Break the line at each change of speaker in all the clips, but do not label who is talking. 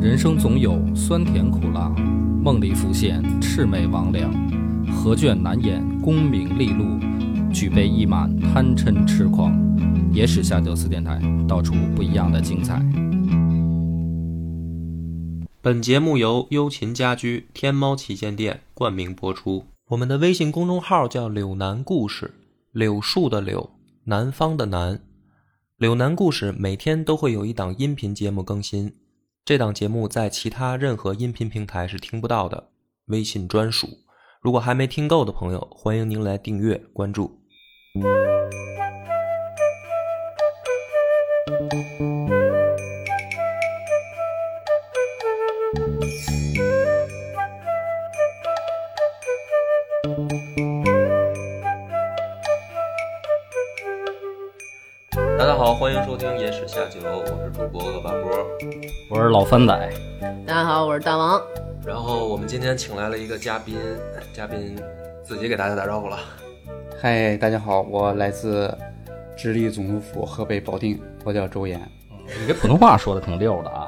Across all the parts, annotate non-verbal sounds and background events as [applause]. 人生总有酸甜苦辣，梦里浮现魑魅魍魉，何卷难掩功名利禄，举杯一满贪嗔痴狂。野史下酒四电台，道出不一样的精彩。
本节目由优琴家居天猫旗舰店冠名播出。我们的微信公众号叫“柳南故事”，柳树的柳，南方的南。柳南故事每天都会有一档音频节目更新，这档节目在其他任何音频平台是听不到的，微信专属。如果还没听够的朋友，欢迎您来订阅关注。大家好，欢迎收听《野史下酒》，我是主播恶霸波。
我是老番仔，
大家好，我是大王。
然后我们今天请来了一个嘉宾，哎嘉宾自己给大家打招呼了。
嗨，大家好，我来自直隶总督府河北保定，我叫周岩。
你这普通话说的挺溜的啊。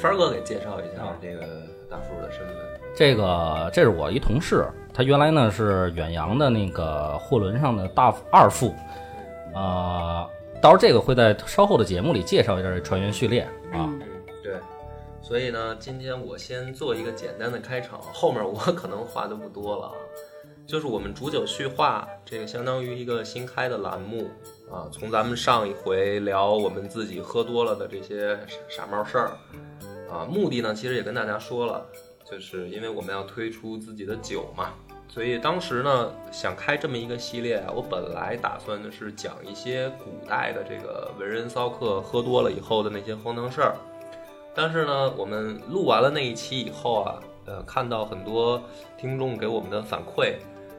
帆儿哥给介绍一下这个大叔的身份。
[laughs] 这个这是我一同事，他原来呢是远洋的那个货轮上的大副二副，啊、到时候这个会在稍后的节目里介绍一下这船员序列啊。
对，所以呢，今天我先做一个简单的开场，后面我 [laughs] 可能话就不多了啊。就是我们煮酒叙话，这个相当于一个新开的栏目啊。从咱们上一回聊我们自己喝多了的这些傻傻帽事儿啊，目的呢其实也跟大家说了，就是因为我们要推出自己的酒嘛，所以当时呢想开这么一个系列啊。我本来打算的是讲一些古代的这个文人骚客喝多了以后的那些荒唐事儿，但是呢，我们录完了那一期以后啊，呃，看到很多听众给我们的反馈，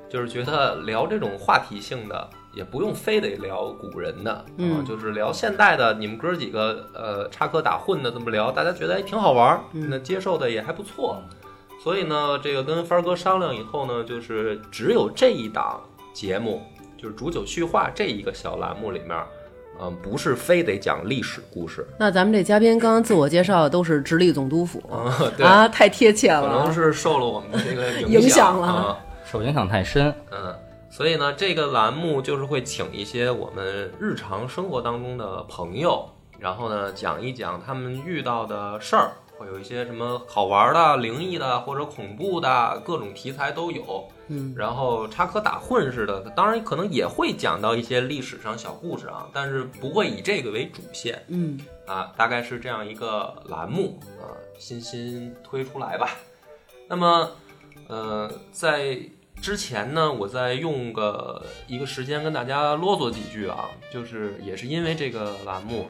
就是觉得聊这种话题性的，也不用非得聊古人的，啊
嗯
就是聊现代的，你们哥几个呃插科打诨的这么聊，大家觉得哎挺好玩儿，
嗯
那接受的也还不错。所以呢，这个跟帆儿哥商量以后呢，就是只有这一档节目，就是煮酒叙话这一个小栏目里面，嗯、不是非得讲历史故事，
那咱们这嘉宾刚刚自我介绍的都是直隶总
[laughs]
督府
啊
哦
对
啊，太贴切
可能
了。
是受了我们的这个
影
影
响了
啊
受影响太深，
嗯，所以呢，这个栏目就是会请一些我们日常生活当中的朋友，然后呢讲一讲他们遇到的事儿，会有一些什么好玩的、灵异的或者恐怖的各种题材都有。
嗯，
然后插科打诨似的，当然可能也会讲到一些历史上小故事啊，但是不会以这个为主线。
嗯，
啊，大概是这样一个栏目啊，新新推出来吧。那么，呃，在之前呢，我再用个一个时间跟大家啰嗦几句啊，就是也是因为这个栏目，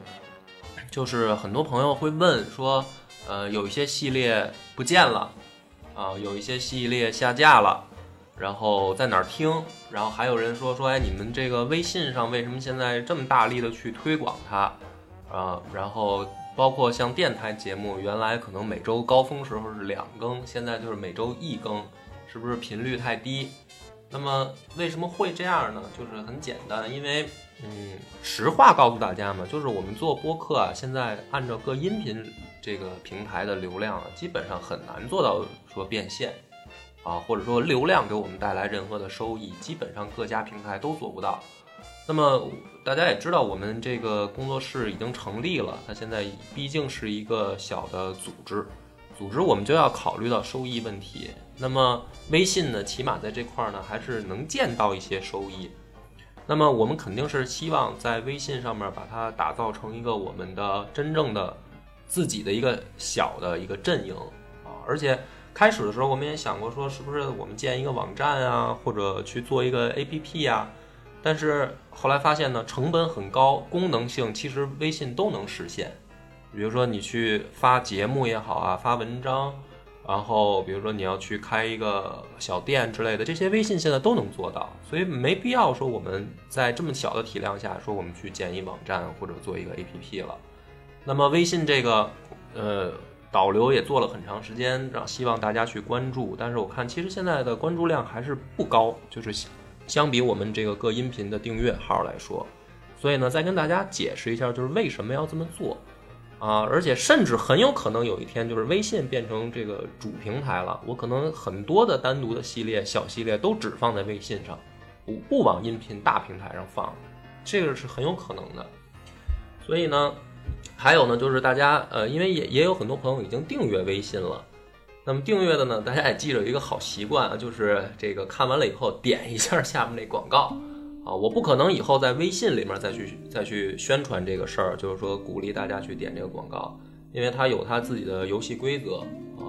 就是很多朋友会问说，呃，有一些系列不见了啊，有一些系列下架了。然后在哪儿听？然后还有人说说，哎，你们这个微信上为什么现在这么大力的去推广它？啊，然后包括像电台节目，原来可能每周高峰时候是两更，现在就是每周一更，是不是频率太低？那么为什么会这样呢？就是很简单，因为嗯，实话告诉大家嘛，就是我们做播客啊，现在按照各音频这个平台的流量啊，基本上很难做到说变现。啊，或者说流量给我们带来任何的收益，基本上各家平台都做不到。那么大家也知道，我们这个工作室已经成立了，它现在毕竟是一个小的组织，组织我们就要考虑到收益问题。那么微信呢，起码在这块儿呢，还是能见到一些收益。那么我们肯定是希望在微信上面把它打造成一个我们的真正的自己的一个小的一个阵营啊，而且开始的时候我们也想过说，是不是我们建一个网站啊，或者去做一个 APP 啊，但是后来发现呢，成本很高，功能性其实微信都能实现。比如说你去发节目也好啊，发文章，然后比如说你要去开一个小店之类的，这些微信现在都能做到，所以没必要说我们在这么小的体量下说我们去建一网站或者做一个 APP 了。那么微信这个，呃，导流也做了很长时间，让希望大家去关注，但是我看其实现在的关注量还是不高，就是相比我们这个各音频的订阅号来说，所以呢，再跟大家解释一下，就是为什么要这么做。啊，而且甚至很有可能有一天，就是微信变成这个主平台了，我可能很多的单独的系列、小系列都只放在微信上，我不往音频大平台上放，这个是很有可能的。所以呢，还有呢，就是大家呃，因为也也有很多朋友已经订阅微信了，那么订阅的呢，大家也记着有一个好习惯啊，就是这个看完了以后点一下下面那广告。啊，我不可能以后在微信里面再去再去宣传这个事儿，就是说鼓励大家去点这个广告，因为它有它自己的游戏规则啊。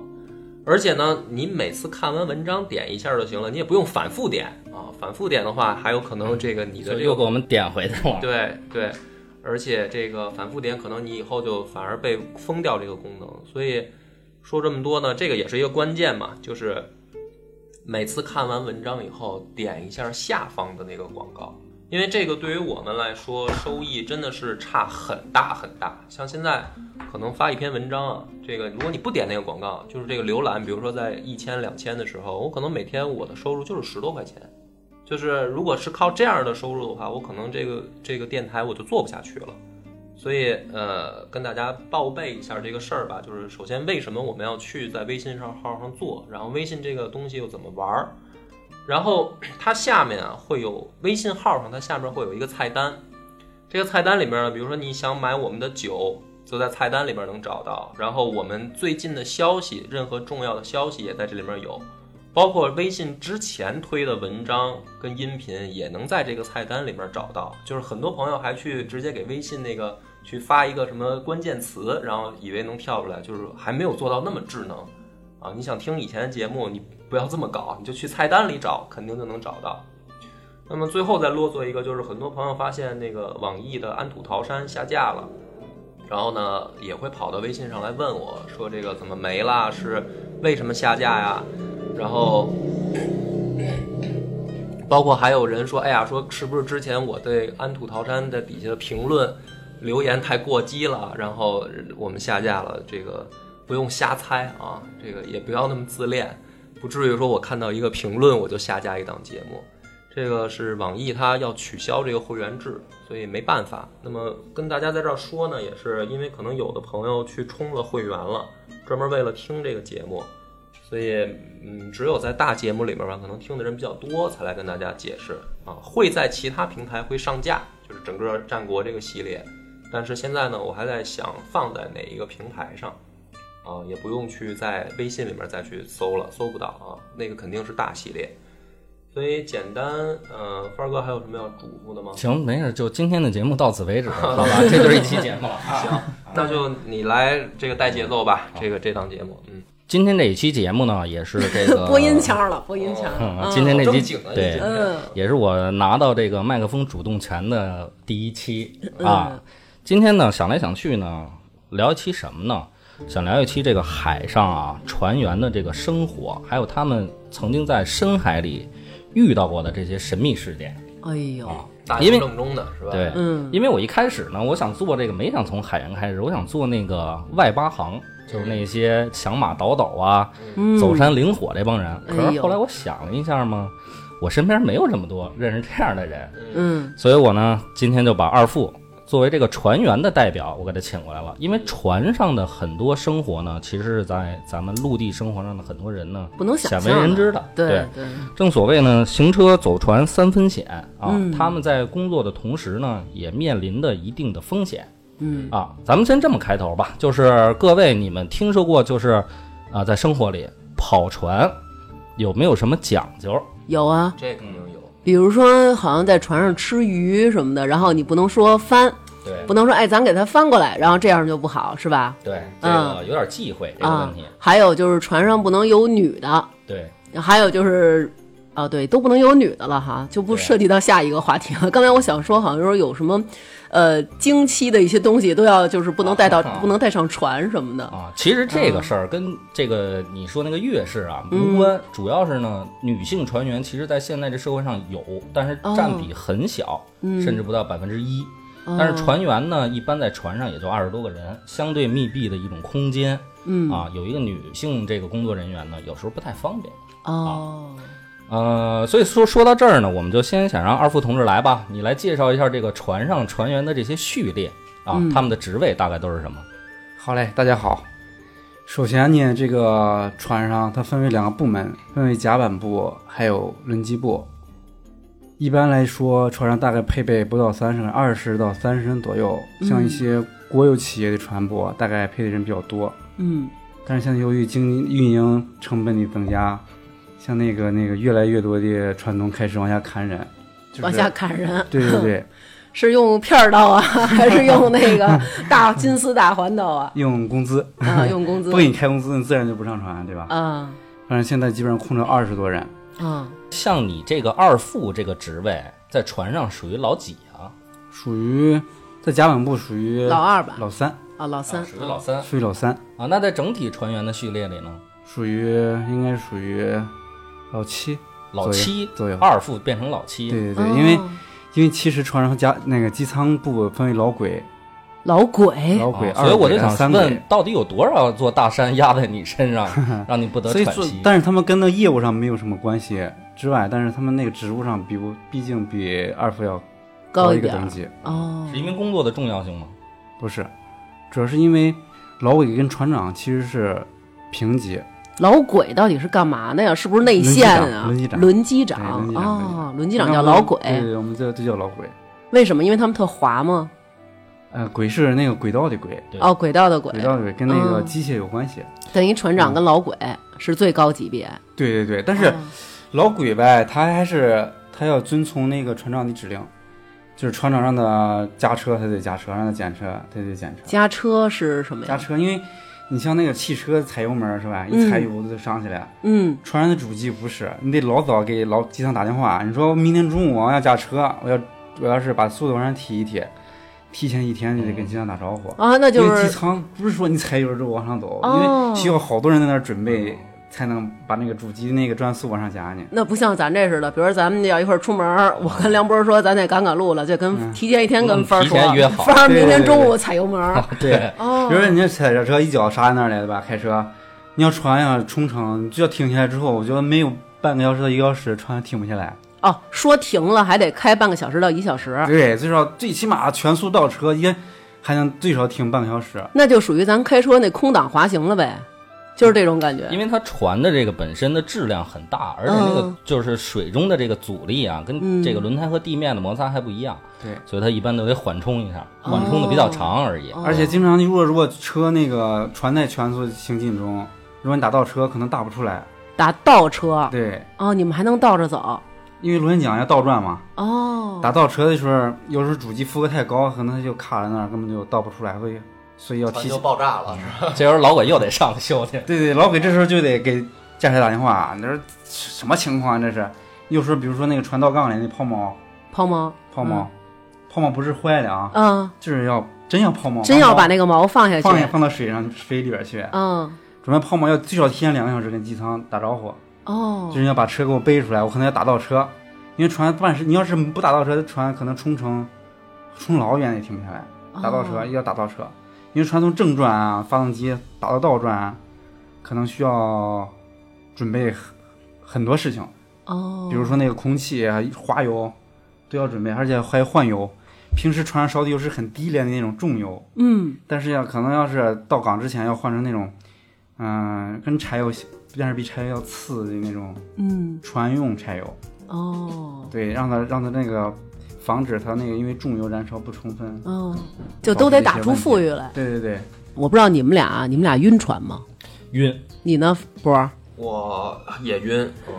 而且呢，你每次看完文章点一下就行了，你也不用反复点啊。反复点的话，还有可能这个你的
所以
这
又
个
给我们点回去了。
对对，而且这个反复点可能你以后就反而被封掉这个功能。所以说这么多呢，这个也是一个关键嘛，就是每次看完文章以后点一下下方的那个广告，因为这个对于我们来说收益真的是差很大很大。像现在可能发一篇文章啊，这个如果你不点那个广告，就是这个浏览，比如说在一千两千的时候，我可能每天我的收入就是十多块钱。就是如果是靠这样的收入的话，我可能这个这个电台我就做不下去了。所以呃，跟大家报备一下这个事儿吧，就是首先为什么我们要去在微信上号上做，然后微信这个东西又怎么玩儿，然后 [clears throat] 它下面啊会有微信号上它下面会有一个菜单，这个菜单里面呢，比如说你想买我们的酒，就在菜单里面能找到，然后我们最近的消息，任何重要的消息也在这里面有。包括微信之前推的文章跟音频也能在这个菜单里面找到。就是很多朋友还去直接给微信那个去发一个什么关键词，然后以为能跳出来，就是还没有做到那么智能啊。你想听以前的节目，你不要这么搞，你就去菜单里找，肯定就能找到。那么最后再啰嗦一个，就是很多朋友发现那个网易的《安土桃山》下架了。然后呢，也会跑到微信上来问我说这个怎么没啦？是为什么下架呀？然后包括还有人说，哎呀，说是不是之前我对安土桃山的底下的评论留言太过激了，然后我们下架了。这个不用瞎猜啊，这个也不要那么自恋，不至于说我看到一个评论我就下架一档节目。这个是网易它要取消这个会员制，所以没办法。那么跟大家在这儿说呢，也是因为可能有的朋友去充了会员了，专门为了听这个节目，所以嗯，只有在大节目里面吧，可能听的人比较多，才来跟大家解释啊。会在其他平台会上架，就是整个战国这个系列，但是现在呢，我还在想放在哪一个平台上。啊，也不用去在微信里面再去搜了，搜不到啊，那个肯定是大系列。所以简单，呃，范儿哥还有什么要嘱咐的吗？
行，没事，就今天的节目到此为
[laughs]
止，好吧？这就是一期节目了。啊
那就你来这个带节奏吧，这个这档节目，嗯，
[laughs] 今天这一期节目呢，也是这个
[laughs] 播音腔了，播音腔啊
嗯
了。
今天那
正
期
经的，
对
你这
嗯
是
也是我拿到这个麦克风主动权的第一期
嗯
啊。今天呢，想来想去呢，聊一期什么呢？想聊一期这个海上啊船员的这个生活，还有他们曾经在深海里遇到过的这些神秘事件。
哎呦，
大
因为
庭正中的是吧？
对，
嗯
因为我一开始呢，我想做这个，没想从海员开始，我想做那个外八行，就是那些响马倒斗啊、
嗯
走山领火这帮人。
哎
可是
呦
后来我想了一下嘛，我身边没有这么多认识这样的人，
嗯
所以我呢，今天就把二副作为这个船员的代表，我给他请过来了。因为船上的很多生活呢，其实是在咱们陆地生活上的很多人呢，
不能想
鲜
象啊
为人知的。
对对，
正所谓呢，行车走船三分险啊。
嗯
他们在工作的同时呢，也面临的一定的风险
嗯
啊。咱们先这么开头吧，就是各位你们听说过就是，啊、在生活里跑船有没有什么讲究？
有啊，
这肯定有，
比如说好像在船上吃鱼什么的，然后你不能说翻，
对
不能说哎咱给它翻过来，然后这样就不好是吧？
对，这
嗯
个有点忌讳这个
啊
问题。，
还有就是船上不能有女的，
对，
还有就是，啊，对，都不能有女的了哈，就不
对
涉及到下一个话题了。 [laughs] 刚才我想说，好像说有什么，呃，经期的一些东西都要就是不能带到，
啊
不能带上船什么的。
啊，其实这个事儿跟这个你说那个月事啊无关，主要是呢，女性船员其实在现在这社会上有，但是占比很小，甚至不到百分之一。但是船员呢，一般在船上也就二十多个人，相对密闭的一种空间。嗯啊，有一个女性这个工作人员呢，有时候不太方便。
啊
哦，
呃，所以说说到这儿呢，我们就先想让二副同志来吧，你来介绍一下这个船上船员的这些序列啊，他们的职位大概都是什么？
好嘞，大家好。首先呢，这个船上它分为两个部门，分为甲板部还有轮机部。一般来说，船上大概配备不到三十人，二十到三十人左右。
嗯
像一些国有企业的船舶，大概配的人比较多。
嗯，
但是现在由于经运营成本的增加，像那个那个越来越多的船东开始往下砍人，就是、
往下砍人
对对对，
是用片儿
[laughs]
刀啊，还是用那个大金丝大环刀啊？
用工资
啊，用工资
不给你开工资，你自然就不上船，对吧？
啊
反正现在基本上空着二十多人，
啊，
像你这个二副这个职位，在船上属于老几啊？
属于在甲板部属于
老二吧，
老三，
啊，老
啊
三，
属于老三
属于老三，
啊。那在整体船员的序列里呢，
属于应该属于老七
老七
左右。
二副变成老
对
七，
对对，因为
哦
因为其实船上甲那个机舱部分为老轨、
老鬼
老
啊
轨、
所以
二
我
轨
就
两
想
三
问
轨，，
到底有多少座大山压在你身上，
[laughs]
让你不得
所以
喘
做
息，？
但是他们跟那业务上没有什么关系之外，但是他们那个职务上比不，毕竟比二副要
高
一
一
个
点
等
儿
级，
哦
是因为工作的重要性吗？
不是，主要是因为老轨跟船长其实是平级，
老鬼到底是干嘛的呀？是不是内线啊？
轮机
轮机
长哎对轮机长
啊，轮机长
那
叫
我们
老鬼，
对，对我们这就叫老轨。
为什么？因为他们特滑吗？
呃，轨是那个轨道的轨，
对
哦，轨道的轨，
轨道的轨跟那个
嗯
机械有关系。
等于船长跟老鬼是最高级别。
对对对，但是
哦
老轨呗，他还是他要遵从那个船长的指令，就是船长让他加车，他得加车；让他减车，他得减车。
加车是什么
加
呀？
车，因为你像那个汽车踩油门是吧？一踩油就上去了。
嗯，
船上的主机不是，你得老早给老机舱打电话，你说明天中午我要加车，我要我要是把速度往上提一提，提前一天就得跟机舱打招呼。
啊，那就
因为机
是
舱不是说你踩油门就往上走，
哦
因为需要好多人在那儿准备，才能把那个主机那个转速往上加呢。
那不像咱这似的，比如咱们要一会儿出门，我跟梁波说咱得赶赶路了，就跟提前一天跟帆儿说
嗯提前约，好
帆儿明
嗯对对
天
对啊
中午踩油门。
对，
哦
比如说你这踩着车一脚刹在那儿来的吧，开车，你要船呀冲程就要停下来之后，我觉得没有半个小时到一个小时船停不下来。
哦，说停了还得开半个小时到一小时，
对，最少最起码全速倒车也还能最少停半个小时。
那就属于咱开车那空档滑行了呗，就是这种感觉。
因为它船的这个本身的质量很大，而且那个就是水中的这个阻力啊，跟这个轮胎和地面的摩擦还不一样，
对，
所以它一般都得缓冲一下，缓冲的比较长而已。
哦
嗯而且经常如果如果车那个船在全速行进中，如果你打倒车可能打不出来。
打倒车
对，
哦，你们还能倒着走
因为螺旋桨要倒转嘛。
哦。
打倒车的时候，有时候主机负荷太高，可能它就卡在那儿，根本就倒不出来，所以所以要
船
提
就
前。
爆炸了，是吧？
这时候老鬼又得上修去。
对对，老鬼这时候就得给驾驶打电话，你说什么情况啊这是？有时候比如说那个传道杠里那泡沫，
抛锚，
泡沫，泡沫不是坏的啊，
嗯，
就是要真要泡沫，
真要把
那
那个锚放下
放下
去，
放到水上水里边去。
嗯，
准备泡沫要最少提前两个小时跟机舱打招呼，
哦
就是，要把车给我背出来，我可能要打倒车，因为船办事，你要是不打倒车，船可能冲程冲老远也停不下来。打倒车，
哦
要打倒车，因为船从正转啊，发动机打到倒转啊，可能需要准备很很多事情，
哦，
比如说那个空气、啊、花油都要准备，而且还要换油。平时船上烧的油是很低廉的那种重油，
嗯，
但是要可能要是到港之前要换成那种，嗯、跟柴油，但是比柴油要次的那种
嗯，
船用柴油，
哦，
对，让它让它那个防止它那个因为重油燃烧不充分。
嗯，就都得打出富裕来。
对对对，
我不知道你们俩，啊你们俩晕船吗？
晕，
你呢，波儿？
我也晕，嗯，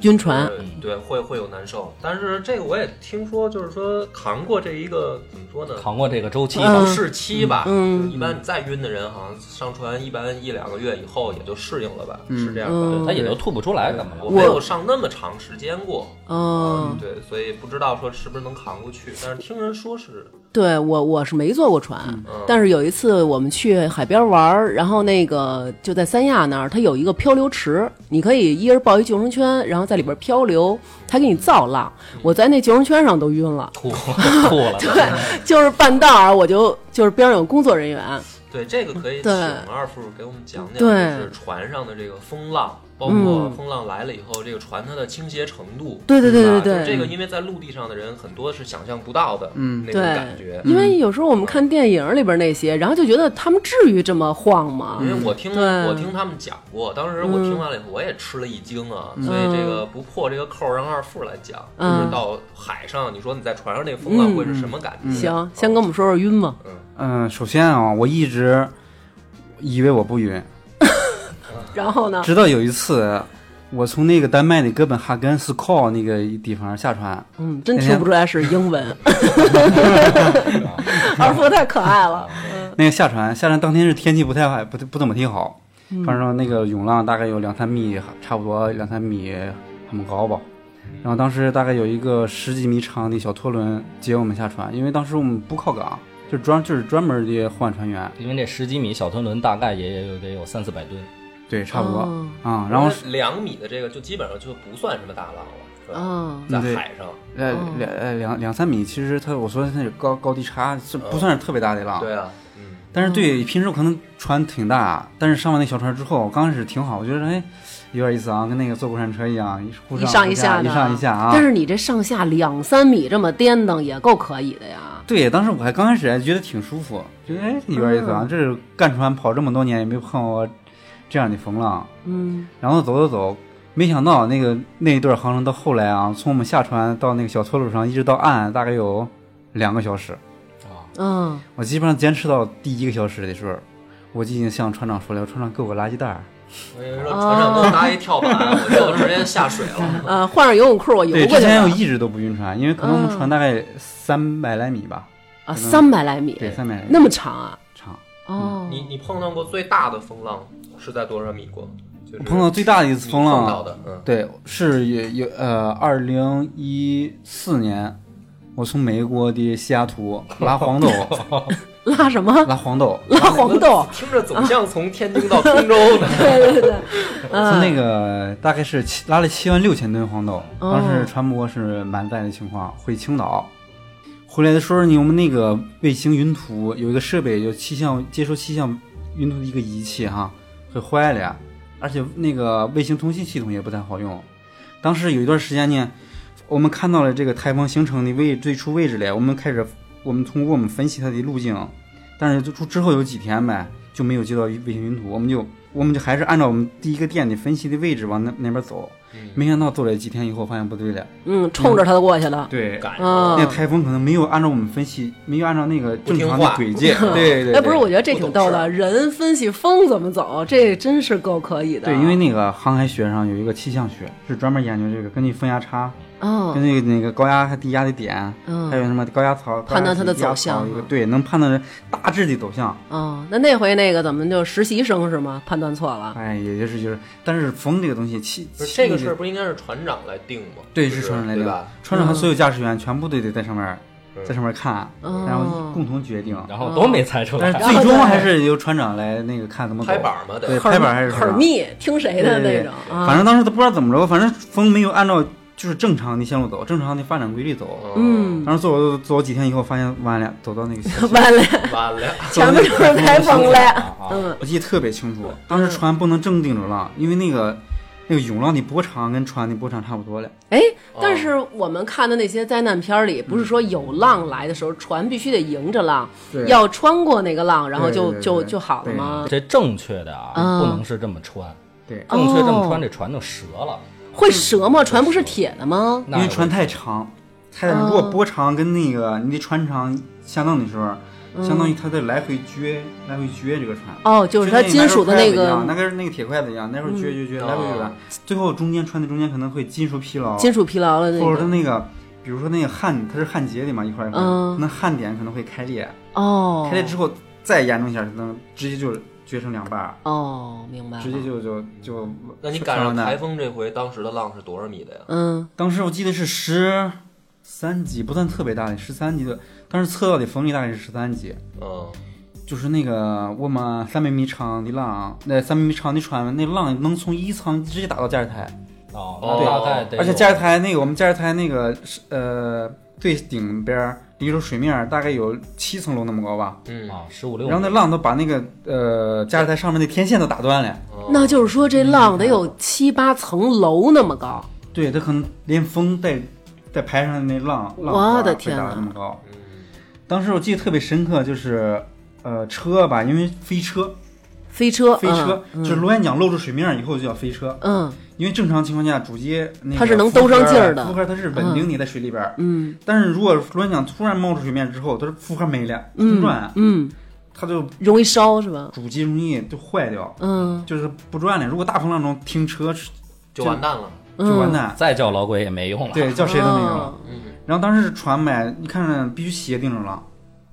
晕船
呃对，会会有难受，但是这个我也听说，就是说扛过这一个怎么说呢？
扛过这个周期吧，
不适期吧，
嗯
就是一般再晕的人，好像上船一般一两个月以后也就适应了吧，是这样
嗯
的。
他也就吐不出来，怎么
我
了？
没有上那么长时间过，
呃
哦，
对，所以不知道说是不是能扛过去，但是听人说是，
对我我是没坐过船，
嗯
但是有一次我们去海边玩儿，然后那个就在三亚那儿，它有一个漂流池，你可以一人抱一救生圈，然后在里边漂流，它给你造浪。我在那救生圈上都晕了，
吐
嗯
吐
[laughs]
了。
对，就是半道儿我就就是边上有工作人员，
对这个可以
对
请二副给我们讲讲，就
对嗯
是船上的这个风浪，包括风浪来了以后，这个船它的倾斜程度，
对对对
是吧
对嗯对
就这个因为在陆地上的人很多是想象不到的，嗯，那种
对
感觉。
因
嗯
为有时候我们看电影里边那些，然后就觉得他们至于这么晃吗？
因为我听
对嗯
我听他们讲过，当时我听完了以后，我也吃了一惊啊，所以这个不破这个扣儿让二副来讲，就是
嗯
到海上，你说你在船上那个风浪会是什么感觉？
嗯行，先跟我们说说晕吗？
嗯，首先啊，我一直以为我不晕，
然后呢？
直到有一次，我从那个丹麦的哥本哈根 s k o 那个地方下船，
嗯，真听不出来是英
[laughs]
文。 [laughs] 二福太可爱了，
那个下船下船当天是天气不太好，不不怎么挺好，
嗯
反正那个涌浪大概有两三米，差不多两三米那么高吧。然后当时大概有一个十几米长的小拖轮接我们下船，因为当时我们不靠港，就专就是专门的换船员，
因为这十几米小吞轮大概也有得有三四百吨，
对，差不多
哦
啊、然后
那两米的这个就基本上就不算什么大浪了，是吧？
嗯，
在
嗯对
海上，
呃两呃两两三米，其实它我说那是高高低差，是不算是特别大的浪。
对啊，嗯，
但是对，平时我可能船挺大，但是上完那小船之后，刚开始挺好，我觉得哎，有点意思啊，跟那个坐过山车一样，互
一
上
上一
下，
呢，
一上一下啊。
但是你这上下两三米这么颠腾也够可以的呀。
对，当时我还刚开始还觉得挺舒服，觉得哎有点意思
嗯
啊，这是干船跑这么多年也没碰过这样的风浪。
嗯，
然后走走走，没想到那个那一段航程到后来啊，从我们下船到那个小拖路上一直到岸，大概有两个小时。
嗯，
我基本上坚持到第一个小时的时候，我就已经向船长说了，船长给我个垃圾袋儿。
我跟你说，船上给我搭一跳板，我
哦
就直接下水了。
呃，换上游泳裤我游
对，
过嗯
之
去
前我
了
一直都不晕船，因为可能我们船大概三百来米吧，
啊，三百来米，
对，三百来嗯米
那么长啊？
长。
哦，
你你碰到过最大的风浪是在多少米过？就是
碰到最大的一次风
你碰到
浪，啊
的，嗯，
对，是有有呃，二零一四年，我从美国的西雅图拉
[laughs]
黄豆，
拉什么？
拉黄豆，
拉黄豆？啊
听着总像从天津到通州的。
对 [laughs] 对对，
[laughs] 从
嗯
那个大概是七拉了七万六千吨黄豆，
哦
当时船舶是满载的情况，回青岛。回来的时候呢，我们那个卫星云图有一个设备，有气象接收气象云图的一个仪器哈，会坏了呀，而且那个卫星通信系统也不太好用。当时有一段时间呢，我们看到了这个台风形成的位最初位置了，我们开始我们通过我们分析它的路径，但是之之后有几天呗，就没有接到卫星云图，我们就我们就还是按照我们第一个店里分析的位置往那那边走。
嗯
没想到走了几天以后，发现不对了。
嗯，冲着他就过去
啊
了。
对
赶上了
嗯
那个台风可能没有按照我们分析，没有按照那个正常
不听
的
话 [laughs]
轨迹。对对对。
哎，不是，我觉得这
不
挺
懂
逗
事
的。人分析风怎么走，这真是够可以的。
对，因为那个航海学上有一个气象学，是专门研究这个，根据风压差，
嗯
根据那个高压和低压的点，
嗯
还有什么高压槽，
判断它的
高压槽
走向
一
嗯
个对，能判断大致的走
啊
向。
哦，那那回那个怎么就实习生是吗？判断错了。
哎，也就是就是，但是风这个东西，气
不是这个
气
事儿不应该是船长来定吗？
对，
就是
船长来
对
定
吧？，
船长和所有驾驶员全部都得在上面，
嗯
在上面看，
哦
然后共同决定。
然后都没猜出
但
来
是。
[laughs]
然后
最终
再
还是由船长来那个看怎么走。
拍板嘛
对，
得。
拍板还是船
很
长
密，听谁的
对
那
对
种
对
啊？
反正当时都不知道怎么着，反正风没有按照就是正常的线路走，正常的发展规律走。
嗯，
当时走走走几天以后，发现完了， [laughs] 走到那个
完了，
[laughs] 完了，
前
[laughs]
面就是台风了。
啊啊！
嗯
我记得特别清楚，当时船不能正顶着浪，因为那个那个涌浪的波长跟船的波长差不多了。
哎，但是我们看的那些灾难片儿里，不是说有浪来的时候，船必须得迎着浪，
对
要穿过那个浪，然后
对
就
对对
就
对
就好了吗？
这正确的啊，
嗯
不能是这么穿。
对，
正确这么
哦
穿，这船就折了。
会折吗？船不是铁的吗？
那
因为船太长，太如果波长跟那个你的船长相当的时候，相当于它在来回撅，来回撅这个船。
哦，就是它金属的
那
那个
那个那个铁筷子一样，那会儿撅撅撅，
嗯
来回撅
哦，
最后中间船的中间可能会金属疲劳，
金属疲劳的那
或者它
个。
那个，比如说那个焊，它是焊接的嘛，一块儿一块儿，
嗯
那焊点可能会开裂，
哦
开裂之后再严重一下，就能直接就撅成两半儿，
哦，明白了。
直接就就就。
那你赶上
船完蛋
台风这回，当时的浪是多少米的呀？
嗯
当时我记得是十三级，不算特别大的，十三级的。当时测到的风力大概是十三级，
嗯，
就是那个我们三百米长的浪，那三百米长的船，那浪能从一层直接打到驾驶台，
哦，
对
那大概得有，
而且驾驶台那个我们驾驶台那个是呃最顶边儿离着水面儿大概有七层楼那么高吧，
嗯
啊，十五六，
然后那浪都把那个呃驾驶台上面那天线都打断了，
嗯
那就是说这浪得有七八层楼那么高。
对，它可能连风带带排上的那浪，浪花
我的
会
天啊
打得
哪
那么高。当时我记得特别深刻，就是呃车吧，因为飞车，
飞车，
飞车、
嗯
就是螺旋桨露出水面儿以后就叫飞车，
嗯
因为正常情况下主机那个
它是能兜上劲儿的
负荷它是稳定你在水里边儿。
嗯
但是如果螺旋桨突然冒出水面之后，它是负荷没了，不转啊，
嗯，
它就
容易烧是吧？
主机容易就坏掉，
嗯
就是不转了。如果大风浪中停车
就完蛋了。
嗯，
就完蛋，
再叫老鬼也没用了。
对，叫谁都没用。
哦
嗯，
然后当时船呗，你看着必须斜顶着浪，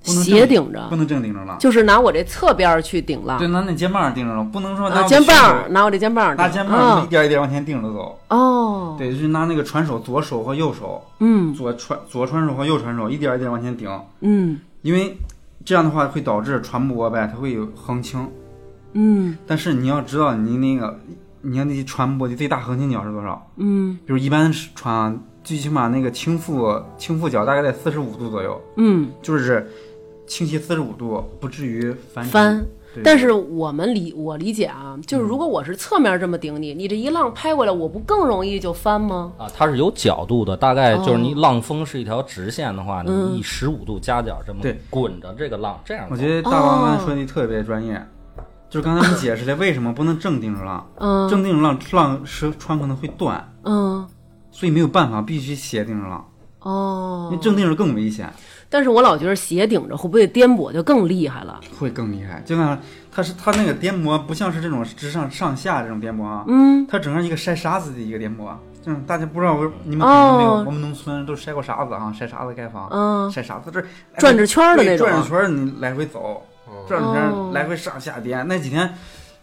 不能正
斜，顶着
不，能正顶着浪。
就是拿我这侧边儿去顶浪
对，，拿那肩膀顶着浪，不能说拿
啊，
我
肩
手
膀，拿嗯我这肩膀顶，
拿肩膀一点一点往前顶着走。
嗯哦，
对，就是拿那个船手，左手和右手，
嗯
左船左船手和右船手一点一点往前顶，
嗯
因为这样的话会导致船舶呗，它会有横倾。
嗯
但是你要知道，你那个，你看那船舶的最大横倾角是多少？
嗯
比如一般是船啊，最起码那个倾覆倾覆角大概在四十五度左右，
嗯，
就是倾斜四十五度，不至于翻船。
翻。
对
但是我们理我理解啊，就是如果我是侧面这么顶你，你这一浪拍过来，我不更容易就翻吗？
啊，它是有角度的，大概就是你
哦
浪峰是一条直线的话，
嗯
你以十五度夹角这么
对
滚着这个浪，这样
我
走
觉得大王刚才说的特别专业，就是刚才你解释的为什么不能正定着浪，
嗯
正定着浪浪是船可能会断，
嗯
所以没有办法，必须斜定着浪，因为
哦。
正定着更危险。
但是我老觉得斜顶着会不会颠簸就更厉害了？
会更厉害。就像它是它那个颠簸，不像是这种直上上下这种颠簸啊，
嗯，
它整个一个筛沙子的一个颠簸啊。嗯，大家不知道，你们可能没有，
哦
我们农村都筛过沙子啊，筛沙子盖房，
嗯，
筛沙子这哎
转着圈儿的那种啊
对哎转着圈儿你来回走，
嗯
转着圈
哦
儿来回上下颠。那几天，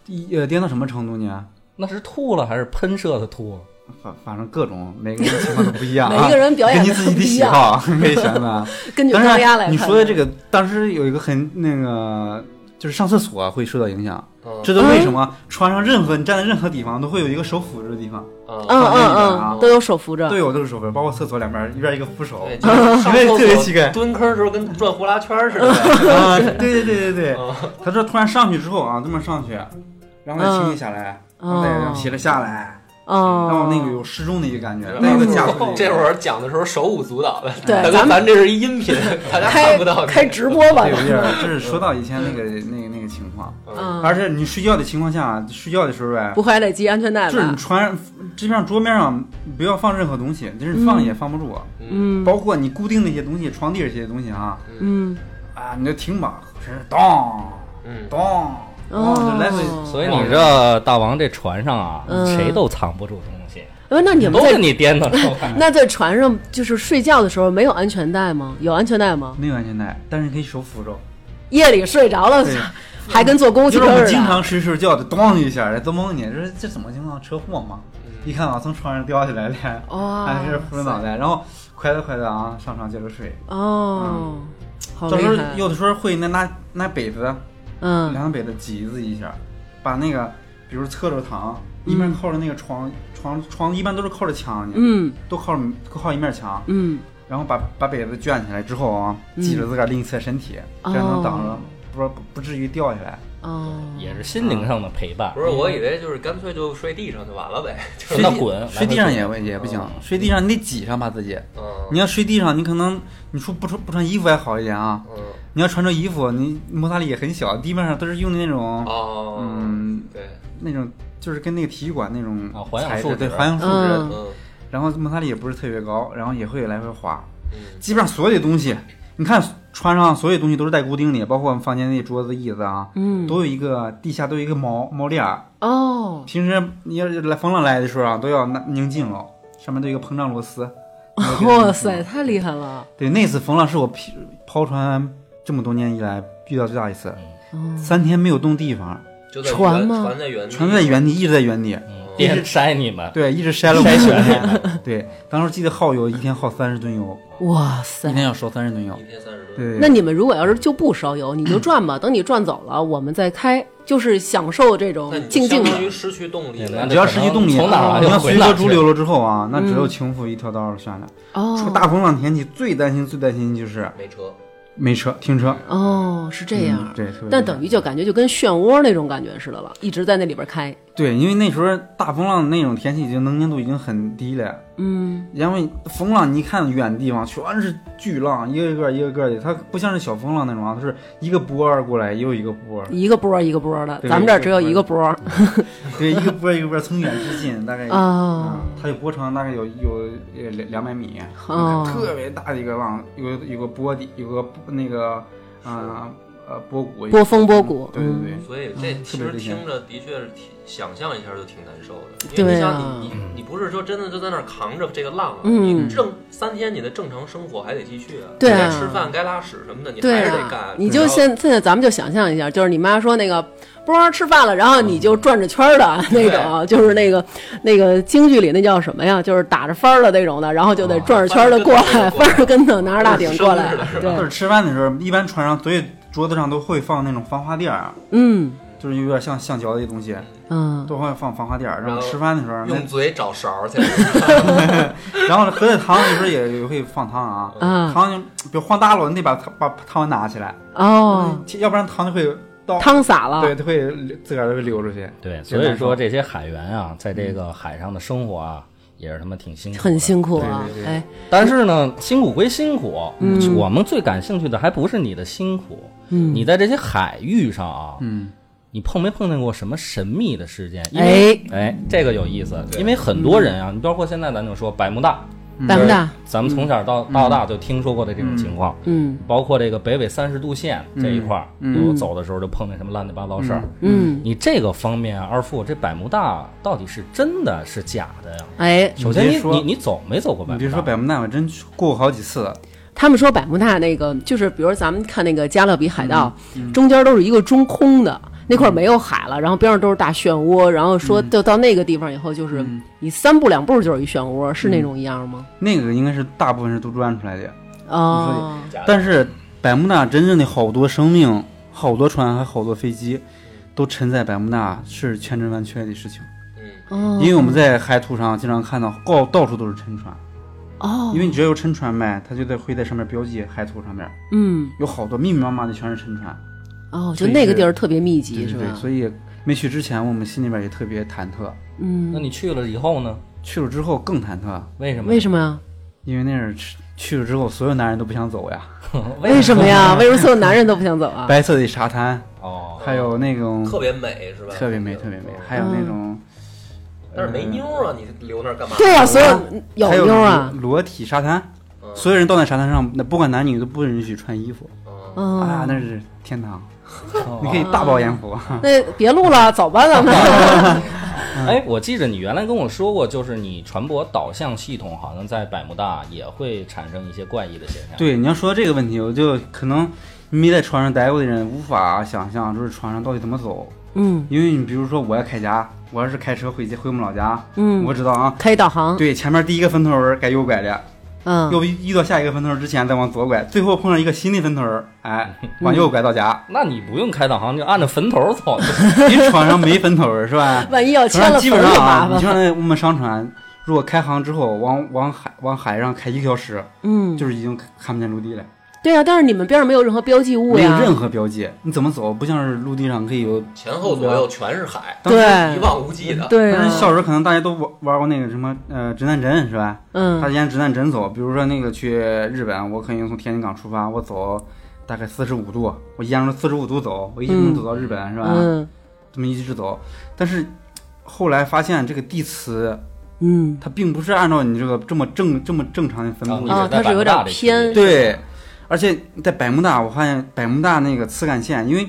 一呃，颠到什么程度呢？
那是吐了还是喷射的吐？
反反正各种每个人情况都不一样啊，
[laughs] 每个人表演
根据
的
自
都
己
不
的
一
喜
样，
好 [laughs] 可以选择。
[laughs] 根据
当
高压来
然，啊
看。
你说的这个，当时有一个很那个，就是上厕所会受到影响。
嗯
这都为什么船上任何你站在任何地方都会有一个手扶着的地方，
嗯
嗯
旁边一
嗯
点啊
嗯，都有手扶着
都。有这个手扶，包括厕所两边一边一个扶手， [laughs]
对，
啊，
就是上
特别
厕 [laughs]
奇怪啊
所蹲坑的时候跟转呼啦圈儿似的。
对对对对对
嗯，
他这突然上去之后啊，这么上去，然后再倾斜下来，
嗯
然后再斜着下来，
哦，
然后那个有失重的一个感觉，
嗯
[laughs] 对
那个架子，
这会儿讲的时候手舞足蹈的，
对
大哥，
咱们
咱这是一音频， [laughs] 大家看
开
不到的。
开直播吧
对，，有点儿就是说到以前那个那个那个情况，
嗯，
嗯，
而且你睡觉的情况下，睡觉的时候呗，
不会还得系安全带
就是你
吧？
船，基本上桌面上不要放任何东西，就是你放也放不住，
嗯
包括你固定那些东西，床底下这些东西啊，
嗯，
啊，你就停吧，真是当
嗯
当，
哦
当就来回，
所以你这大王这船上啊，
嗯
谁都藏不住东西，
哎，那你们
都
在
给你颠
[laughs]
腾出来。
那在船上就是睡觉的时候没有安全带吗？有安全带吗？
没有安全带，但是可以手
[laughs]
扶着，
夜里睡着了
对，
[laughs] 还跟坐公汽
就是
车
我
似
们
的。
经常睡睡觉的，咣一下，都蒙你，这是这怎么情况？车祸吗？
嗯
一看啊，从床上掉下来了，
哇
还是扶着脑袋，然后快的快的啊，上床接着睡。
哦，好
到
厉
时候
害。
有的时候会拿拿拿被子，
嗯
两个被子挤自己一下，把那个比如侧着躺，一面靠着那个床床床一般都是靠着墙的，
嗯嗯
都靠着靠一面墙，
嗯，
然后把把被子卷起来之后啊，挤着自个儿另一侧身体，
哦
这样能挡着，不不不至于掉下来。
哦，
也是心灵上的陪伴
不，是，我以为就是干脆就睡地上就完了呗，
让
就
睡
是
它
地
滚哦
睡地上
来
也也不行，睡地上你得挤上吧自己。
嗯
你要睡地上，你可能你说不穿不穿衣服还好一点啊，
嗯
你要穿着衣服，你摩擦力也很小，地面上都是用的那种
哦
嗯
对
那种，就是跟那个体育馆那种
啊环氧
材质
树
对
脂
环氧树脂
嗯
嗯
然后摩擦力也不是特别高，然后也会来回滑。
嗯
基本上所有的东西，你看船上所有东西都是带固定的，包括我们房间那桌子、椅子啊，
嗯
都有一个地下都有一个锚锚链儿。
哦，
平时你要是来风浪来的时候啊，都要拿拧紧了，上面都有一个膨胀螺丝。
[laughs] 哇塞，！太厉害了。
对，那次风浪是我劈抛船这么多年以来遇到最大一次，
哦
三天没有动地方，
就在
船
原
吗
船在原地
船在原地，一直在原地。
嗯颠筛你们，
对，一直筛了我
筛选
们。对，当时记得耗油，一天耗三十吨油，
哇
一
塞
天！要烧三十吨油
一。天三十吨，
对，
那你们如果要是就不烧油，你就转
[clears throat]
吧，等你转走了，我们再开，就是享受这
那
种
你
静
相
静
当
的。
于失去动力
对
了
那。
只要失去动力，
从哪儿来
你要
就回
随
哪儿
波
去
逐流了之后啊，那只有情妇一条道儿算了。出
哦
大风浪天气，最担心、最担心就是
没车，
没车、停车。
哦，是这样
嗯。对，特别
但等于就感觉就跟漩涡那种感觉似的了，一直在那里边开。
对，因为那时候大风浪那种天气已经能见度已经很低了，
嗯，
因为风浪你一看远地方全是巨浪，一个一个一个个的，它不像是小风浪那种啊，它是一个波儿过来又一个波儿，
一个波儿一个波儿的，
对
咱们这儿只有一个波儿
对，一个波儿一个波儿从远至近，大概
啊。
它有波长大概有有呃两两百米，
哦
特别大的一个浪，有个有个波底，有个那个啊呃波谷，
波峰波谷
嗯对对对，
所以这
嗯
其
特别
实
危险
听着的确是挺，想象一下就挺难受的。因为
对
你
啊
想你，你
嗯
你不是说真的就在那儿扛着这个浪啊，
嗯
你正三天你的正常生活还得继续啊，
对
该
啊
吃饭该拉屎什么的你
对
还是得
啊
干。，
你
然
就
后
现现在咱们就想象一下，就是你妈说那个波儿吃饭了，然后你就转着圈儿的 [laughs] 那种啊，就是那个那个京剧里那叫什么呀？就是打着翻儿的那种的，然后就得转着圈儿的过来，
哦翻
翻
着
着跟头拿着大顶过来
是的是的，
就
对
是，吃饭的时候，一般船上所以桌子上都会放那种防滑垫儿，啊
嗯
就是有点像橡胶的东西，
嗯，
都会放防滑垫儿。然后
然后
吃饭的时候，
用
那
嘴找勺儿去，
然后喝的汤有时候也也会放汤啊，
啊
汤就比如晃大了，你得把把汤拿起来，
哦，
要不然汤就会倒，
汤洒了，
对，它会流自个儿就会流出去。
对，
真
所
难
以
受
说这些海员啊，在这个海上的生活啊，也是他妈挺辛苦，
很辛
苦。
苦啊
对对，对
哎，
但是呢，辛苦归辛苦，
嗯
我们最感兴趣的还不是你的辛苦，
嗯
你在这些海域上啊，
嗯，
你碰没碰见过什么神秘的事件？因为
哎，嗯
哎，这个有意思，因为很多人啊，你包括现在咱就说百慕大，
百慕大，
咱们从小到
嗯
到大就听说过的这种情况，
嗯
包括这个北纬三十度线这一块儿，
嗯
有走的时候就碰见什么乱七八糟事儿。
嗯，
你这个方面啊，二副这百慕大到底是真的是假的呀？
哎，
首先
你
你
别说
你你走没走过百
你
慕大？
别说百慕大，我真去过过好几次了。
他们说百慕大那个，就是比如咱们看那个《加勒比海盗》
嗯
中间都是一个中空的那块儿没有海了，然后边上都是大漩涡，然后说就到那个地方以后，就是
嗯
你三步两步就是一漩涡，是那种一样吗？
那个应该是大部分是都钻出来的，
哦，
但是百慕大真正的好多生命、好多船还好多飞机，都沉在百慕大是千真万确的事情。
嗯，
哦，
因为我们在海图上经常看到到到处都是沉船，
哦
因，为你只要有沉船呗，它就在会在上面标记海图上面
嗯，
有好多密密麻麻的全是沉船，
哦，就那个地儿特别密集
对
是
对对，
吧？
所以没去之前我们心里边也特别忐忑，
那
嗯，
你去了以后呢？
去了之后更忐忑，
为什么？
为什么呀？
因为那是去去了之后所有男人都不想走呀，
为什么呀？为什么所有男人都不想走
[laughs]
啊？
白色的沙滩，
哦，
还有那种
特别美是吧？
特别美特别美，还有那
嗯
种
但是没妞啊，你留那儿干嘛？
对呀，啊所有有
啊还
妞啊，
裸裸体沙滩
嗯。
所有人到那沙滩上，那不管男女都不允许穿衣服
嗯，
啊，
嗯，
那是天堂， [laughs] 你可
哦
以嗯大饱眼福。
那别录了，走吧，咱们。
哎，我记着你原来跟我说过，就是你船舶导向系统好像在百慕大也会产生一些怪异的现象。，
[laughs] 对，你要说这个问题，我就可能没在船上待过的人无法想象，就是船上到底怎么走。
嗯
因为你比如说，我要开家，我要是开车回家回我们老家，
嗯，
我知道啊，
可以导航，
对，前面第一个分头儿该右拐了，
嗯，
要不遇到下一个分头儿之前再往左拐，最后碰上一个新的分头儿，哎，
[laughs]
往右拐到家。
那你不用开导航，你就按着坟头走。
因为船上没分头儿是吧？
[laughs] 万一要
船
签
上
了
基
字
本
儿
上
就
啊
麻， [laughs]
你
烦。
像我们商船，如果开航之后往往海往海上开一个小时，
嗯，
就是已经看不见陆地了。
对啊，但是你们边上没有任何标记物
没有
呀。
任何标记，你怎么走？不像是陆地上可以有。
前后左右全是海，
当时
一
对
望无际的。
对
当时小
啊，
时候可能大家都玩玩过那个什么呃指南针是吧？大
嗯，
家指南针走，比如说那个去日本，我可以从天津港出发，我走大概四十五度，我沿着四十五度走，我一直能
嗯
走到日本、是吧？
嗯
这么一直走，但是后来发现这个地磁
嗯，
它并不是按照你这个这么正这么正常的分布的，
啊它是有点偏
嗯对，而且在百慕大，我发现百慕大那个磁感线，因为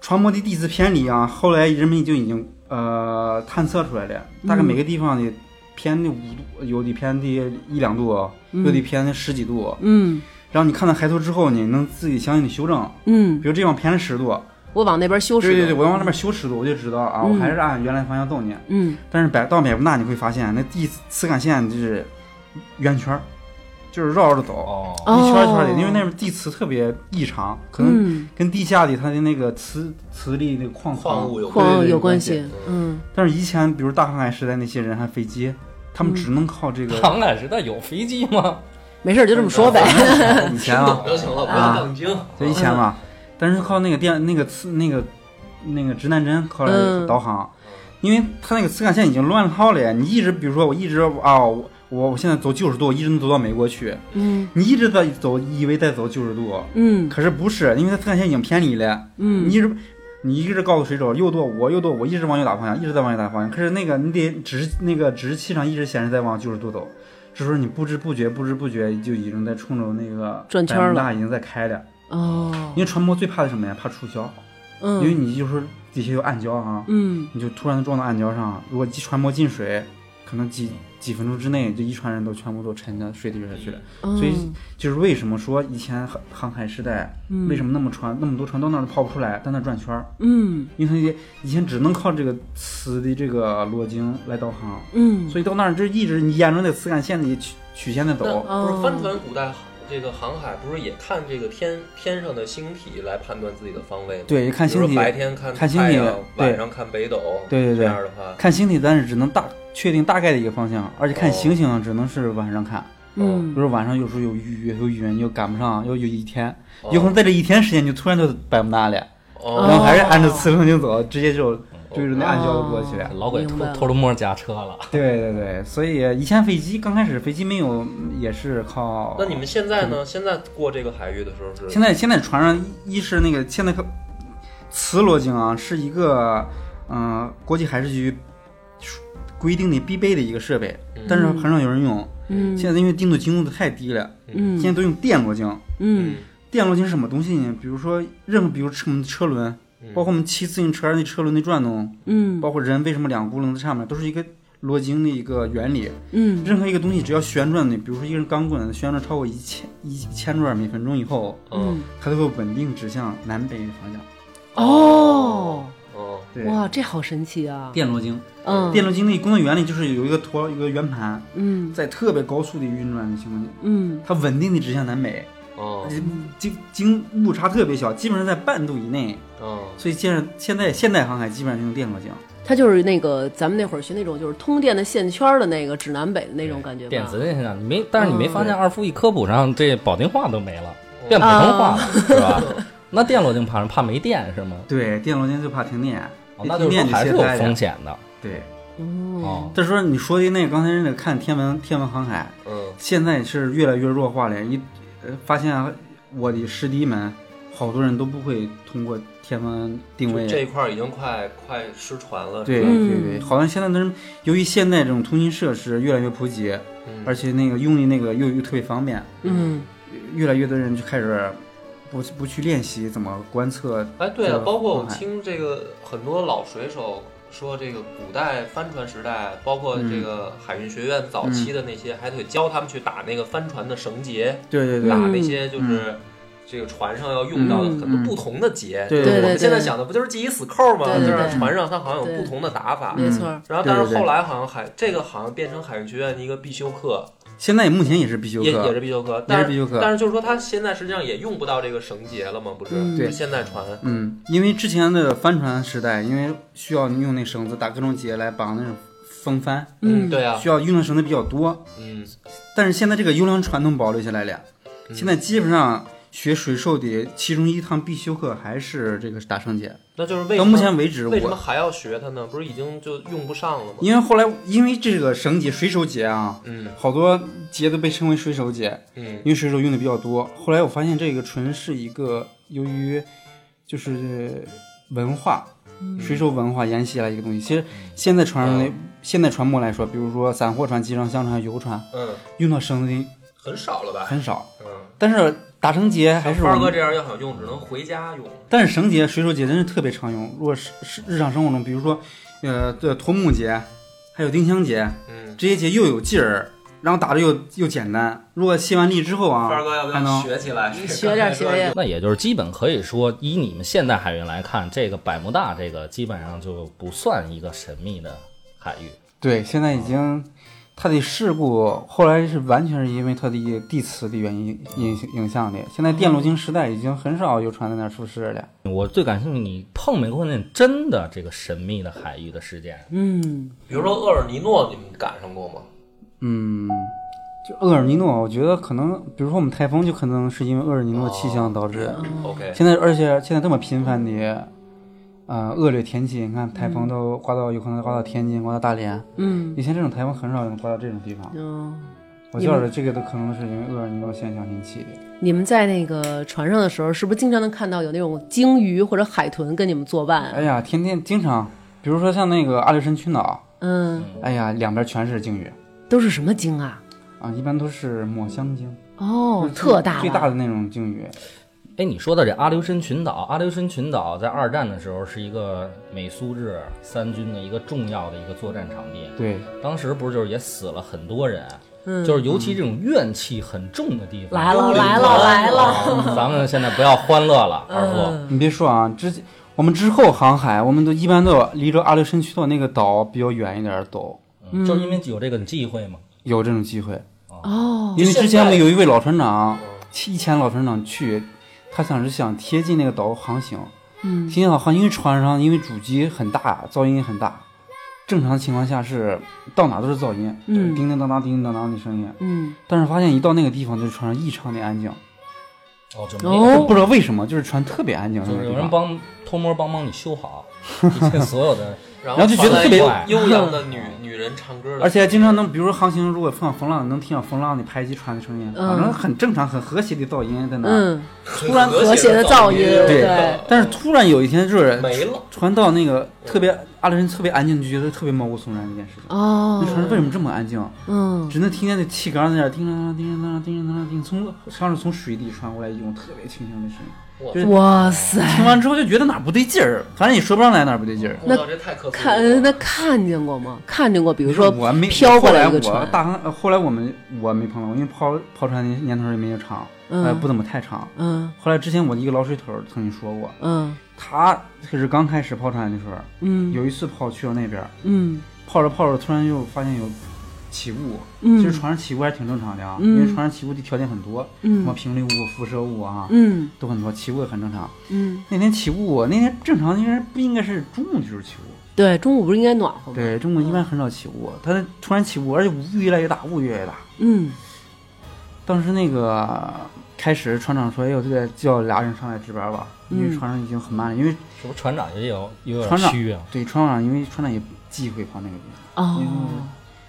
船舶的地质偏离啊，后来人们就已经呃探测出来了，大概每个地方的偏的五度，有的偏的一两度，有的偏的十几度。
嗯
然后你看到海图之后，你能自己相应的修正，
嗯，
比如这地方偏了十度，
我往那边修饰。
对对对，我往那边修十度，我就知道啊，
嗯
我还是按原来方向走呢。
嗯，
但是百到百慕大，你会发现那地磁感线就是圆圈儿，就是绕着走。
哦，
哦
一圈儿一圈儿的，因为那边地磁特别异常，可能
嗯，
跟地下里它的那个磁磁力那个矿
矿物有
对对
矿
对
有
有关
关
系
系。嗯，
但是以前，比如大航海时代那些人还飞机，他
嗯
们只能靠这个。
[laughs] 航海时代有飞机吗？
没事儿就这么说呗。
[laughs] 以
听
前 [laughs] 啊
懂，就行了，不要
啊
杠精。
就以前嘛，但是靠那个电那个磁那个那个指南针靠来
嗯
导航。因为它那个磁感线已经乱套了呀。你一直比如说我一直啊、我我我现在走九十度，我一直能走到美国去，
嗯
你一直在走，以为在走九十度，
嗯
可是不是，因为它磁感线已经偏离了。
嗯
你一直你一直告诉水手右舵，我右舵，我一直往右打方向，一直在往右打方向。可是那个你得指那个指示器上一直显示在往九十度走，这时候你不知不觉不知不觉就已经在冲着那个
转圈了
百慕大已经在开了。
哦
因，为船舶最怕的是什么呀？怕触礁，因为
嗯
你就是底下有暗礁啊，
嗯
你就突然撞到暗礁上，如果船舶进水，可能几几分钟之内，这一船人都全部都沉到水底下去了。
嗯，
所以就是为什么说以前航航海时代，
嗯
为什么那么船那么多船到那儿泡不出来，在那儿转圈儿？
嗯
因为它以前只能靠这个磁的这个螺经来导航，
嗯，
所以到那儿就一直你沿着那个磁感线的曲曲线在走。
嗯
那
哦
不是帆船古代这个航海不是也看这个天天上的星体来判断自己的方位吗？
对，看
比
星
如
体
说，白天看
看星
太
体
阳
对
晚上看北斗，
对对
这
对
样的话，
看星体，但是只能大确定大概的一个方向，而且看
哦
星星只能是晚上看，比
嗯
如晚上有时候有雨，有云，又赶不上，又有一天，
哦
有可能在这一天时间你就突然就百慕大了，
哦
然后还是按照磁路径走，直接就对着那暗礁就过
哦
去了。
哎老鬼偷
明白了
偷着摸着驾车了，
对对对，所以一线飞机刚开始飞机没有，也是靠。
那你们现在呢？现在过这个海域的时候是
嗯现在现在船上一是那个现在可磁螺经啊是一个嗯、呃国际海事局规定的必备的一个设备，但是很少有人用。
嗯
现在因为精度精度太低了，
嗯
现在都用电螺经。
嗯
电螺经是什么东西呢？比如说任何，比如车我们的车轮，
嗯
包括我们骑自行车那车轮的转动，
嗯
包括人为什么两个轱辘在上面，都是一个螺经的一个原理。
嗯
任何一个东西只要旋转的，比如说一根钢棍旋转超过一千一千转每分钟以后，
嗯
嗯
它都会稳定指向南北方向。
呃
哦，
哦
对，
哇，这好神奇啊！
电螺经，
嗯
电螺经的工作原理就是有一个陀一个圆盘，
嗯
在特别高速的运转的情况下，
嗯
它稳定的指向南北，
哦
经经误差特别小，基本上在半度以内。
哦
所以现在现在现代航海基本上用电螺经。
它就是那个咱们那会儿学那种就是通电的线圈儿的那个指南北的那种感觉吧？
电子现象你没，但是你没发现
嗯
二夫一科普上这保定话都没了，变普通话了
哦
是吧？那电螺经怕是怕没电是吗？
对，电螺经就怕停电，
哦
一
那
停
就是
电
说还是有
懈怠
风
了。
险的
对，
哦
哦，
再说你说的那个刚才那个看天文天文航海，
嗯
现在是越来越弱化了。一呃，发现啊我的师弟们，好多人都不会通过天文定位啊
就。这一块儿已经快快失传了，
对
是吧
对
嗯
对，好像现在的人，由于现在这种通信设施越来越普及，
嗯
而且那个用的那个又又特别方便，
嗯
越来越多人就开始不不去练习怎么观测。
哎，对
这
啊，
个
包括我
航海
听这个很多老水手说，这个古代帆船时代，包括
嗯
这个海运学院早期的那些，还得教他们去打那个帆船的绳结，
对对对
打
嗯
那些就是这个船上要用到的
嗯
很多不同的结。就
对
是
对
我
对
们现在想的不就是系一死扣吗？
对对
就
对
是船上它好像
对
有不同的打法。
没错儿，
然后，但
嗯对对
是
对
后来好像海这个好像变成海运学院的一个必修课，
现在目前也是必修
也也
课，
是必修课，
也
但
是必修课
但是就是说，它现在实际上也用不到这个绳结了嘛，不是？
嗯
对
就现在船，
嗯，因为之前的帆船时代，因为需要用那绳子打各种结来绑那种风帆，
嗯
对啊，
需要用的绳子比较多。
嗯，
但是现在这个优良传统保留下来了，
嗯
现在基本上学水手的其中一堂必修课还是这个打绳结。
那就是为
到
什么
目前为止，
为什么
我
还要学它呢？不是已经就用不上了吗？
因为后来因为这个绳结水手结啊，
嗯
好多结都被称为水手结，
嗯
因为水手用的比较多。后来我发现这个纯是一个由于就是文化，
嗯
水手文化沿袭来一个东西。其实现在船上的、现在船舶来说，比如说散货船、集装箱船、游船，
嗯，
用到绳子
很少了吧？
很少，
嗯，
但是打绳结还是我
二哥
们。
这样要想用，只能回家用。
但是绳结、水手结真是特别常用。如果是是日常生活中，比如说，呃，这头目结，还有丁香结，
嗯，
这些结又有劲儿，然后打着又又简单。如果卸完力之后啊，
二哥要不
还能
要学起来？
学点儿学点儿。
那也就是基本可以说，以你们现代海运来看，这个百慕大这个基本上就不算一个神秘的海域。
对，现在已经，它的事故后来是完全是因为它的地磁的原因影影响的。现在电路经时代已经很少有船在那儿出事了。
我最感兴趣，你碰没碰见真的这个神秘的海域的事件？啊
嗯
比如说厄尔尼诺，你们赶上过吗？
嗯，就厄尔尼诺，我觉得可能，比如说我们台风，就可能是因为厄尔尼诺气象导致。
OK，
现在，而且现在这么频繁的，呃恶劣天气，你看台风都刮到，有可能刮到天津，刮到大连。
嗯
以前这种台风很少能刮到这种地方。
嗯，
我
你
觉
们嗯
得这个都可能是因为厄尔尼诺现象引起的。
你们在那个船上的时候，是不是经常能看到有那种鲸鱼或者海豚跟你们作伴？嗯
哎呀，天天经常，比如说像那个阿留申群岛，
嗯，
哎呀，两边全是鲸鱼
都是什么鲸啊？
啊，一般都是抹香鲸，
哦
就，是
特大，
嗯最大。的那种鲸鱼。
哎，你说到这阿留申群岛，阿留申群岛在二战的时候是一个美苏日三军的一个重要的一个作战场地，
对，
当时不是就是也死了很多人，
嗯
就是尤其这种怨气很重的地方
来了
幽灵
来
国
了来
啊咱们现在不要欢乐了，二
嗯
副，
你别说啊，之前我们之后航海，我们都一般都有离着阿留申群岛那个岛比较远一点儿走，
嗯就是因为有这个忌讳嘛。
有这种机会。
哦，
因为之前我们有一位老船长，以前老船长去，他想是想贴近那个岛航行，
嗯，
心想航因为船上因为主机很大，噪音很大，正常情况下是到哪都是噪音，
嗯
叮叮当当叮叮当当的声音，
嗯，
但是发现一到那个地方，就是船上异常的安静，
哦，就没有，
哦
不知道为什么，就是船特别安静，
就是
那个
有
地
人
方。
帮偷摸帮忙你修好， [laughs] 一切所有的
然
然后就觉得特别
放在悠悠扬
[laughs]
的女女人唱歌的，
而且经常能，比如说航行，如果碰到风浪，能听到风浪的拍击船的声音，
嗯
反正很正常、很和谐的噪音在那儿。
嗯，突然
和
和
谐
谐
的
的
噪
噪
音
音，
对
对，
[laughs] 但是突然有一天，就是
没了，
船到那个特别阿联特别安静，就觉得特别毛骨悚然的一件事情。
哦
那，船为什么这么安静？
嗯，
只能听见那气缸在那儿叮当当叮当当叮当当叮，从像是从水底传过来一种特别清晰的声音。
哇塞，
听完之后就觉得哪儿不对劲儿，反正也说不上来哪儿不对劲儿。
我操，这太可怕
看呃那看见过吗？看见过，比如说
我没
飘过来一个
后来我
船，
大航呃后来我们我没碰到过，因为抛抛船的年头也没有长，
嗯
呃不怎么太长。
嗯
后来之前我的一个老水头曾经说过，
嗯
他就是刚开始抛船的时候，
嗯
有一次抛去了那边儿，
嗯
泡着泡着突然又发现有起雾，
嗯
其实船上起雾还是挺正常的啊，
嗯
因为船上起雾的条件很多，什么
嗯
平流雾、辐射雾啊，
嗯
都很多，起雾也很正常。
嗯，
那天起雾，那天正常应该不应该是中午就是起雾？
对，中午不是应该暖和吗？
对，中午一般很少起雾，它突然起雾，而且雾越来越大，雾越来越大。
嗯
当时那个开始船长说：“哎呦，这个叫俩人上来值班吧，因为
嗯
船上已经很慢了，因为
是不是船长也有也有点
船长
虚啊？
对船长，因为船长也忌讳跑那个地方。
哦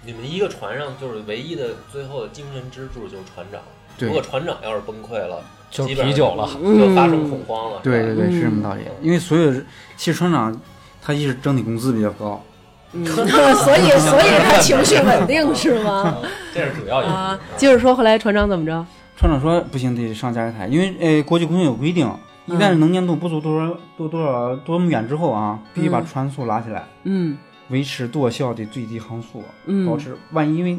你们一个船上就是唯一的最后的精神支柱就是船长，
对
如果船长要是崩溃了，
就是
基本上
啤酒了
就发生恐慌了。
嗯对
是
对
吧
对，是这么道理。嗯因为所有人其实船长他一是整体工资比较高，
嗯， [laughs] 所以所以他情绪稳定是
[laughs]
吗？
这是主要因
啊，接着说，后来船长怎么着？
船长说不行，得上加台，因为呃国际空运有规定，一旦是能见度不足多少多多少多么远之后啊，必须把船速拉起来，
嗯
维持舵效的最低航速，
嗯
保持万一因为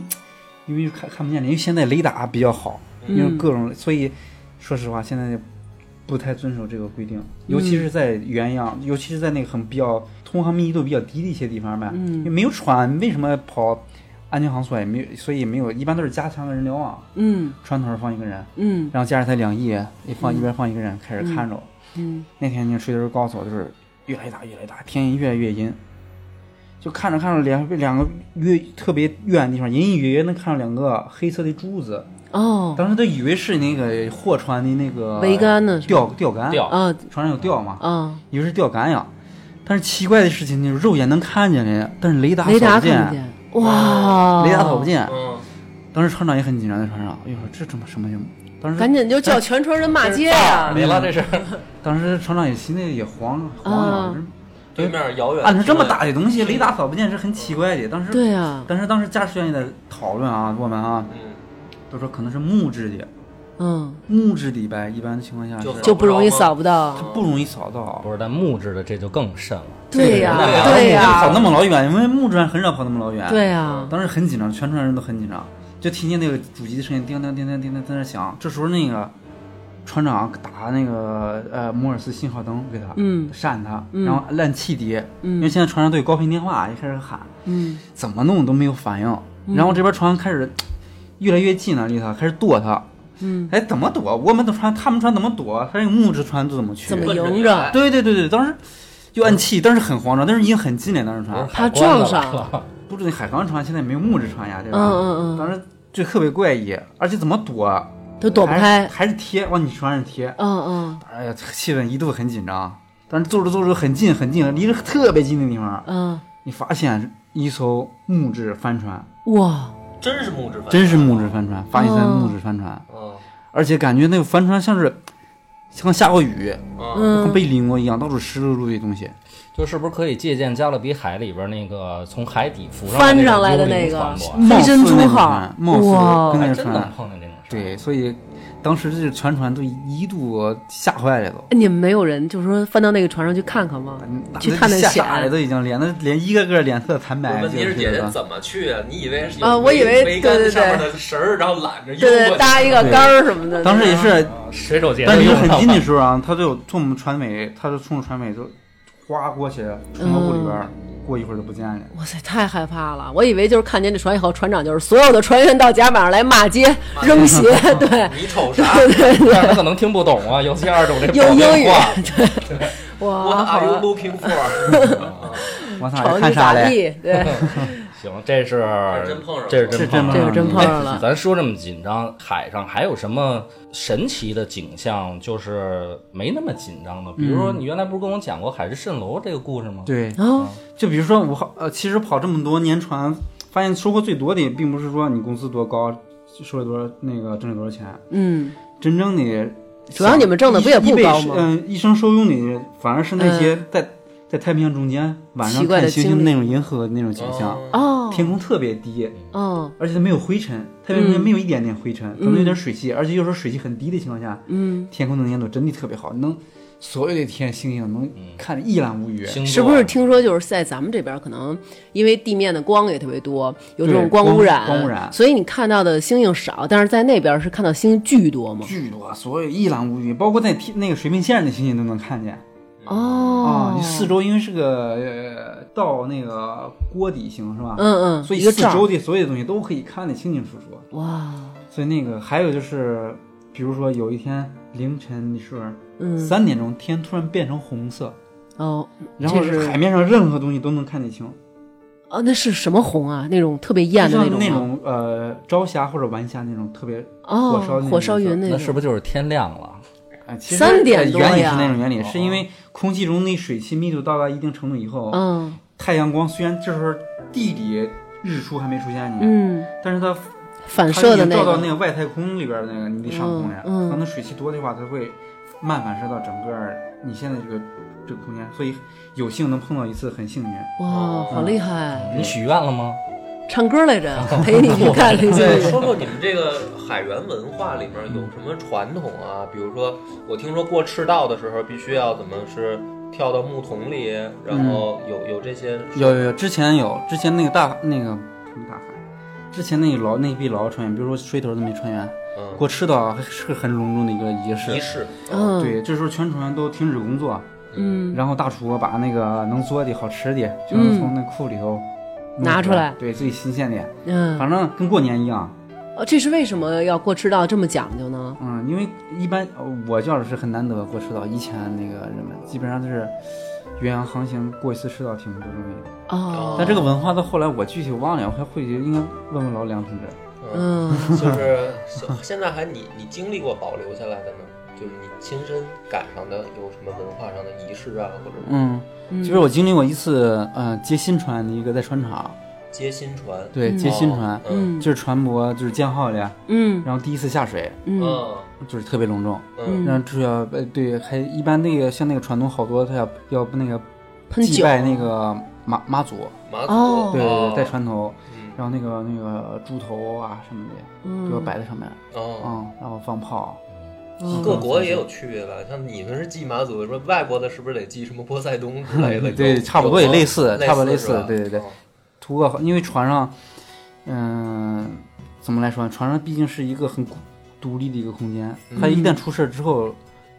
因为看看不见了，因为现在雷达比较好，因为
嗯
各种所以说实话现在。不太遵守这个规
嗯
定，尤其是在原样，尤其是在那个很比较通航密集度比较低的一些地方呗，
嗯
因为没有船，为什么跑安全航速也没有，所以没有，一般都是加强个人瞭望，
嗯
船头上放一个人，
嗯
然后加上他两亿，一放一边放一个人，开始看着我。
嗯
那天那水头告诉我，就是越来越大，越来越大，天越来越阴，就看着看着两两个越特别远的地方，隐隐约约能看到两个黑色的珠子，
哦，
当时都以为是那个货船的那个
桅杆呢是吧
钓钓竿，
钓
啊
船上有钓嘛，
啊，
以为是钓竿呀。但是奇怪的事情就是肉眼能看见的，但是雷达
雷达
扫不见
看不，见，哦哇，
雷达扫不，见。
嗯，
当时船长也很紧张，在船上，哎呦，这怎么什么情况？当时
赶紧就叫全船人骂街
[laughs]
呀！
没了，这是
当时船长也心里也慌了慌
啊
了，就是
对面遥远
按啊照这么大的东西，雷达扫不见是很奇怪的。当时，
对啊呀，
但是当时驾驶员也在讨论啊，我们啊
嗯，
都说可能是木质的，
嗯，
木质的呗，一般的情况下
就是
就不容易扫不到
它。不容易扫到。啊
不是？但木质的这就更甚了。
对呀
对呀，
对
跑那
呀，
么老远，因为木质船很少跑那么老远。
对，呀，
当时很紧张，全船人都很紧张，就听见那个主机的声音叮当叮当叮当在那响。这时候那个船长打那个呃摩尔斯信号灯给他，
嗯
扇他，
嗯
然后按汽笛，因为
嗯
现在船上都有高频电话，就开始喊。
嗯
怎么弄都没有反应。然后这边船开始越来越近了，离他开始躲他。
嗯，
哎，怎么躲？我们的船，他们船怎么躲？他这个木质船都怎么去？
怎么
奔
迎
你
着
来？
对对对对，当时就暗器，但是很慌张，但是已经很近了。当时船，
怕
海关
撞
了
上
吧，
不是那海航船，现在也没有木质船呀，对
嗯
吧？
嗯嗯，
当时就特别怪异，而且怎么躲啊
都躲不
还
开
是。还是贴往你船上贴。
嗯嗯
哎呀，气氛一度很紧张。但是坐着坐着很近很近，离着特别近的地方，
嗯，
你发现一艘木质帆船，
哇，
真是木质帆，
真是木质帆船，发现在
哦
木质帆船，
嗯
而且感觉那个帆船像是像下过雨，
嗯，
像
嗯，
被淋过一样，到处湿漉漉的东西。
就是不是可以借鉴《加勒比海》里边那个从海底浮
翻
上
上来
的
的
那
那
种
个嗯
幽灵船舶
飞针
貌似那
出
个
号
船，貌
哇
似跟那
还
个
真能
船，
碰见这种船。
对，所以当时这船船都一度吓坏了都。
你们没有人就是说翻到那个船上去看看吗？去探探
吓
险
傻了都已经脸，那脸一个个脸色惨白。
问题
就是
姐
是
姐
吧
怎么去啊？你以为是有
啊我以为
桅杆
对对对
上面的绳儿，然后揽着
对
悠
对，
过去 [laughs]
搭一个杆儿什么的。
当时也是，
水手节
但
都
是离
用
很
上
近
了
的时候啊，他就从我们船尾，他就冲着船尾就哗过去，冲到湖里边儿，
嗯
过一会儿就不见了。
哇塞，太害怕了！我以为就是看见这船以后，船长就是所有的船员到甲板上来骂街、扔鞋， [laughs] 对
嗯你瞅啥？
[laughs]
但是他可能听不懂啊，尤其二种这
用
保
英
定
语 [laughs]
话，，
对，
我
哇，好
are you
了
looking
嗯
for？
我操，
瞅
看
你咋
啥嘞？
地？
[laughs]
对，
行，这是
真碰上了
这是真
是真
碰上
碰
这
了哎
个真碰上了。
咱说这么紧张，海上还有什么神奇的景象？就是没那么紧张的，比如说你原来不是跟我讲过海市蜃楼这个故事吗？
嗯对，
哦，
就比如说我好呃，其实跑这么多年船，发现收获最多的也并不是说你工资多高，收了多少那个挣了多少钱，
嗯，
真正的
主要你们挣的不也不高吗嗯
嗯，一生受用的反而是那些在在太平洋中间晚上
奇怪的
看星星
经历
那种银河的那种景象，
哦，
天空特别低，
哦，
而且它没有灰尘，太平洋中间没有一点点灰尘，可能有
嗯
点水汽，而且有时候水汽很低的情况下，
嗯，
天空能见度真的特别好，能所有的天星星能看得一览无余。
嗯星座
是不是听说就是在咱们这边，可能因为地面的光也特别多，有这种
对光
污染，
光污染
所以你看到的星星少，但是在那边是看到星巨多嘛？
巨多，所有一览无余，包括在天那个水平线上的星星都能看见啊！
哦，
你四周因为是个呃到那个锅底形是吧？
嗯嗯，
所以
一个
四
罩
周
儿，
的所有的东西都可以看得清清楚楚。
哇，
所以那个还有就是，比如说有一天凌晨你是
嗯，
三点钟，天突然变成红色，
哦，
然后
这是
海面上任何东西都能看得清，
啊，那是什么红啊？那种特别艳的
就像
种
那
那
种呃朝霞或者晚霞那种特别
哦，
火烧那种
火烧云
那
种，
是不是就是天亮了？
啊，其实
三点多呀
原理是那种原理，
哦
是因为空气中的水汽密度到达一定程度以后，
嗯
太阳光虽然这时候地里日出还没出现呢，
嗯，
但是它
反射的
它已经照到
个
那，个外太空里边的那个你得上空呀，
嗯嗯
可能水汽多的话，它会慢反射到整个你现在这个这个空间，所以有幸能碰到一次很幸运。
哇，
嗯
好厉害！
你许愿了吗？
唱歌来
[laughs]
着，陪你去看 [laughs] 这
嗯对，
些。
说说你们这个海员文化里面有什么传统啊？比如说，我听说过赤道的时候必须要怎么是跳到木桶里，然
嗯
后有有这些
有有有，之前有之前那个大那个什么大海，之前那个老那批老船员，比如说水头都没船员，
嗯
过赤道还是很隆重的一个仪式。
仪式，
嗯，
对，这时候全船都停止工作，
嗯，
然后大厨把那个能做的好吃的，就能从那库里头弄
拿出来
对，最新鲜的，
嗯，
反正跟过年一样。
哦，这是为什么要过赤道这么讲究呢？
嗯，因为一般呃我觉得是很难得过赤道，以前那个人们基本上都是远洋航行过一次赤道挺不容易的。
哦，
但这个文化到后来我具体忘了，我还回去应该问问老梁同志。
嗯，[laughs]
嗯，
就是现现在还你你经历过保留下来的呢？就是你亲身赶上的有什么文化上的仪式啊，或者
嗯，
嗯
就是我经历过一次，呃，接新船的一个在船厂，
接新船，
对，接新船
哦，
嗯
就是船舶就是建好了，
嗯
然后第一次下水，
嗯
嗯
就是特别隆重。
嗯
然后主要呃对，还一般那个像那个传统，好多他要要不那个
喷
祭
酒
拜那个妈妈祖，
马
哦
祖
对对
哦
对，带船头，
嗯
然后那个那个猪头啊什么的
嗯
都要摆在上面，
哦。
嗯，然后放炮，
嗯
各国也有区别吧，像你们是祭马祖，说外国的是不是得祭什么波塞冬之类的？
[laughs] 对
有
差不多也类似
有吗
差不多
类
类似对对对
哦
图个好，因为船上，嗯、怎么来说呢？船上毕竟是一个很孤独立的一个空间，
嗯
它一旦出事儿之后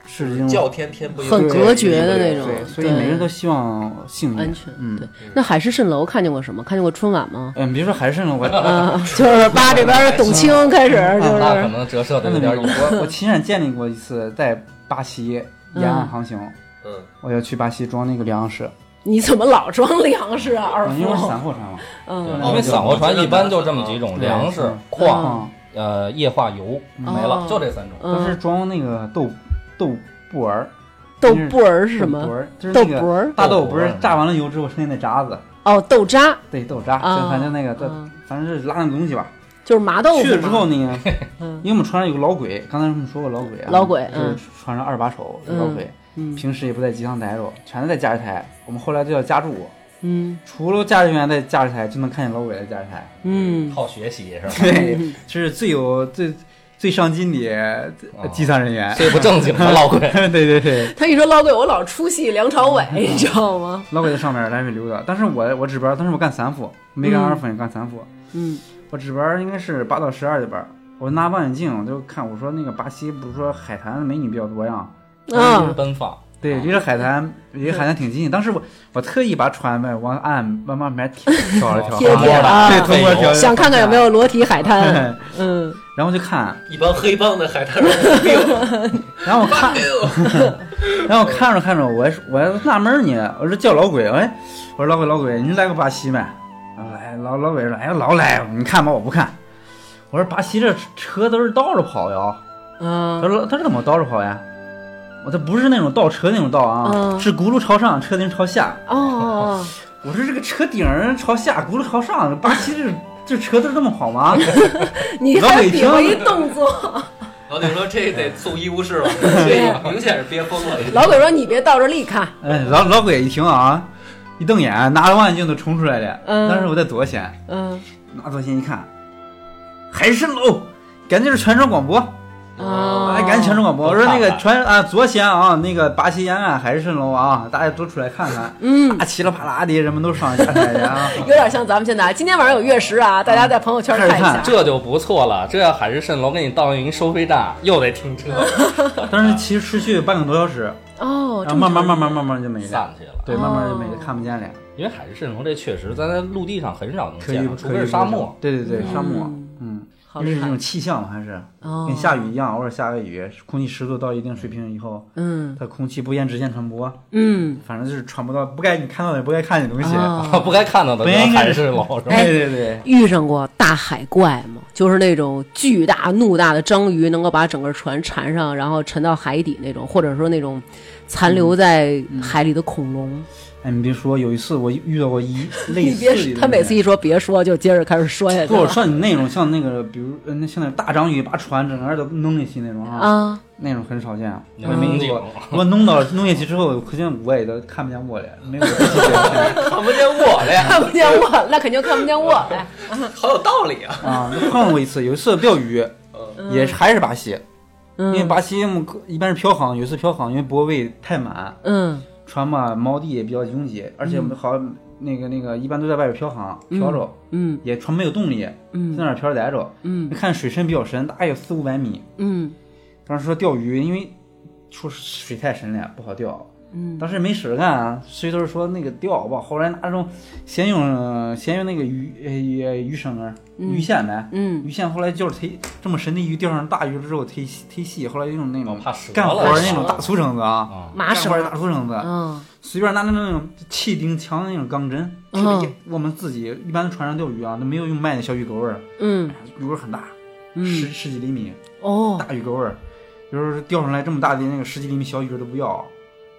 是这
对，叫
种
天天不应，
很隔绝的那
对
种
对，所以
对
每个人都希望幸运
安全。
嗯
对，那海市蜃楼看见过什么？看见过春晚吗？ [laughs]
嗯，别说海参了，我 [laughs]
嗯，就是八这边董
嗯
卿开始就
那可
是，
能折射的
真
有
的没
点
有。
远。
[laughs]
我我亲眼见过一次在巴西沿岸航行，
嗯，
我要去巴西装那个粮食，
你怎么老装粮食啊，二
因为我是散
夫？
货船嘛。
嗯，
因为散货船一般就这么几种：
对
粮食
是、
矿、
嗯，
呃液化油，没了
哦，
就这三种。
都是
嗯
装那个豆豆布儿，
豆布儿是什么？
就是
豆
那
卜
个
儿
大豆不是榨完了油之后剩下那渣子，
哦，豆渣
对，豆渣，
啊
就反正那个，这
啊
反正是拉那东西吧。
就是麻豆
去
腐
了之后
嘛。
那个，
嗯
因为我们船上有个老鬼，刚才我们说过老鬼啊，
老鬼
就是
嗯
船上二把手老鬼，
嗯
平时也不在机舱待着，全是在驾驶台。我们后来都叫家住，
嗯
除了驾驶员在驾驶台，就能看见老鬼在驾驶台。
嗯，
好学习是吧？
对，这是最有最最上进的呃机舱人员。 [laughs]
最不正经的老
[laughs]
鬼，
对对对，
他一说老鬼，我老出戏梁朝
[laughs]
伟，你知道吗？
老鬼在上面来回溜达。但是我我值班，但是我干三副，没干二副，也干三副。
嗯
我值班应该是八到十二的班，我拿望远镜我就看，我说那个巴西不是说海滩美女比较多呀？
就是
啊
哎
奔放，
对，离着海滩离海滩挺近。当时我我特意把船呗往岸慢慢慢挑挑了挑，
贴贴
哎
啊
对，通过挑，
想看看有没有裸体海滩。嗯，
然后就看，
一帮黑帮的海滩人， [laughs]
然后我看，然后我看着看着，我还说我还纳闷儿呢，我说叫老鬼，哎，我说老鬼老鬼，你来个巴西没？然后来老老鬼说，哎呀老来，你看吧，我不看。我说巴西这车都是倒着跑呀，
啊
[laughs] 他说他是怎么倒着跑呀？我这不是那种倒车那种倒啊，
嗯
是轱辘朝上，车顶朝下。
哦，
我说这个车顶儿朝下，轱辘朝上，巴西这这车都这么跑吗？
你还比划一动
[laughs]
作。
老李说这得送医务室了，
对
这明显是憋疯了。
老鬼说：“你别倒着立看。
哎，老老鬼一听啊，一瞪眼，拿着望远镜都冲出来了。
嗯
当时我在左舷，”
嗯
拿左舷一看，海参喽，赶紧是全程广播，
啊，
哎，赶紧全程广播。我说那
都
个
看
全啊，左舷啊，那个巴西沿岸海市蜃楼啊，大家都出来看看。
嗯，
啊，噼里啪啦的，人们都上下台
[laughs]
了啊。
有点像咱们现在今天晚上有月食啊，大家在朋友圈
哎
看一下。
这就不错了。这要海市蜃楼给你倒一收费站，又得停
[laughs]
车，
但是其实持续半个多小时，
哦，
然
这
后
么
啊慢慢慢慢慢慢就没了，
散去了。
对，
哦
慢慢就没了，看不见了，
因为海市蜃楼这确实咱在陆地上很少能
可
见
以
到，除
可
非
以
是沙漠。，
对对对，沙漠
嗯，
嗯，
好
因为
厉
是这
害
种气象还是
哦，
跟下雨一样，偶尔下个雨，空气湿度到一定水平以后，
嗯
它空气不沿直线传播，
嗯，
反正就是传播到不该你看到的不该看见的东西，
哦
[laughs] 不该看到的
本应该
海
是
市蜃楼是吧？
哎
对哎对对，
遇上过大海怪吗？就是那种巨大怒大的章鱼，能够把整个船缠上，然后沉到海底那种，或者说那种残留在海里的恐龙。
哎，你别说，有一次我遇到过一
[laughs]
类
你
似
别
的
说，
东西，
他每次一说别说，就接着开始说下去
不是我
了。
说你那种像那个，比如呃那像那大章鱼把船整个都弄下去那种啊，
啊，
那种很少见啊。
你们民警
我我弄到弄下去之后，可见我也都看不见我了，没有我自己
[laughs]
的
看不见我的呀，
看不见我，那肯定看不见我呗。
[laughs] 好有道理啊！
啊。碰过一次，有一次钓鱼，也是还是巴西，因为
嗯
巴西嗯一般是漂航，有一次漂航因为泊位太满，
嗯
船嘛锚地也比较拥挤，而且我们好像那个那个一般都在外边漂航漂着，
嗯
也船没有动力，在
嗯
那儿漂着待着。
嗯
看水深比较深，大概有四五百米。
嗯
当时说钓鱼，因为说水太深了不好钓，
嗯，
当时也没事儿干啊，所以都是说那个钓吧。后来拿那种先用呃先用那个鱼呃鱼鱼绳儿、
嗯
鱼线呗，
嗯
鱼线后来就是忒这么深的鱼钓上大鱼之后忒细忒细，后来用那
哦
种
怕蛇了
干活儿那种大粗绳子啊，
啊，
麻
干活
绳
儿大粗绳子，
啊，
随便拿那种气钉枪的那种钢针，
嗯
特别我们自己一般船上钓鱼啊，都没有用卖的小鱼钩儿，
嗯
鱼钩儿很大，十
嗯，
十几厘米
哦，
大鱼钩儿，有时候钓上来这么大的那个十几厘米小鱼儿都不要，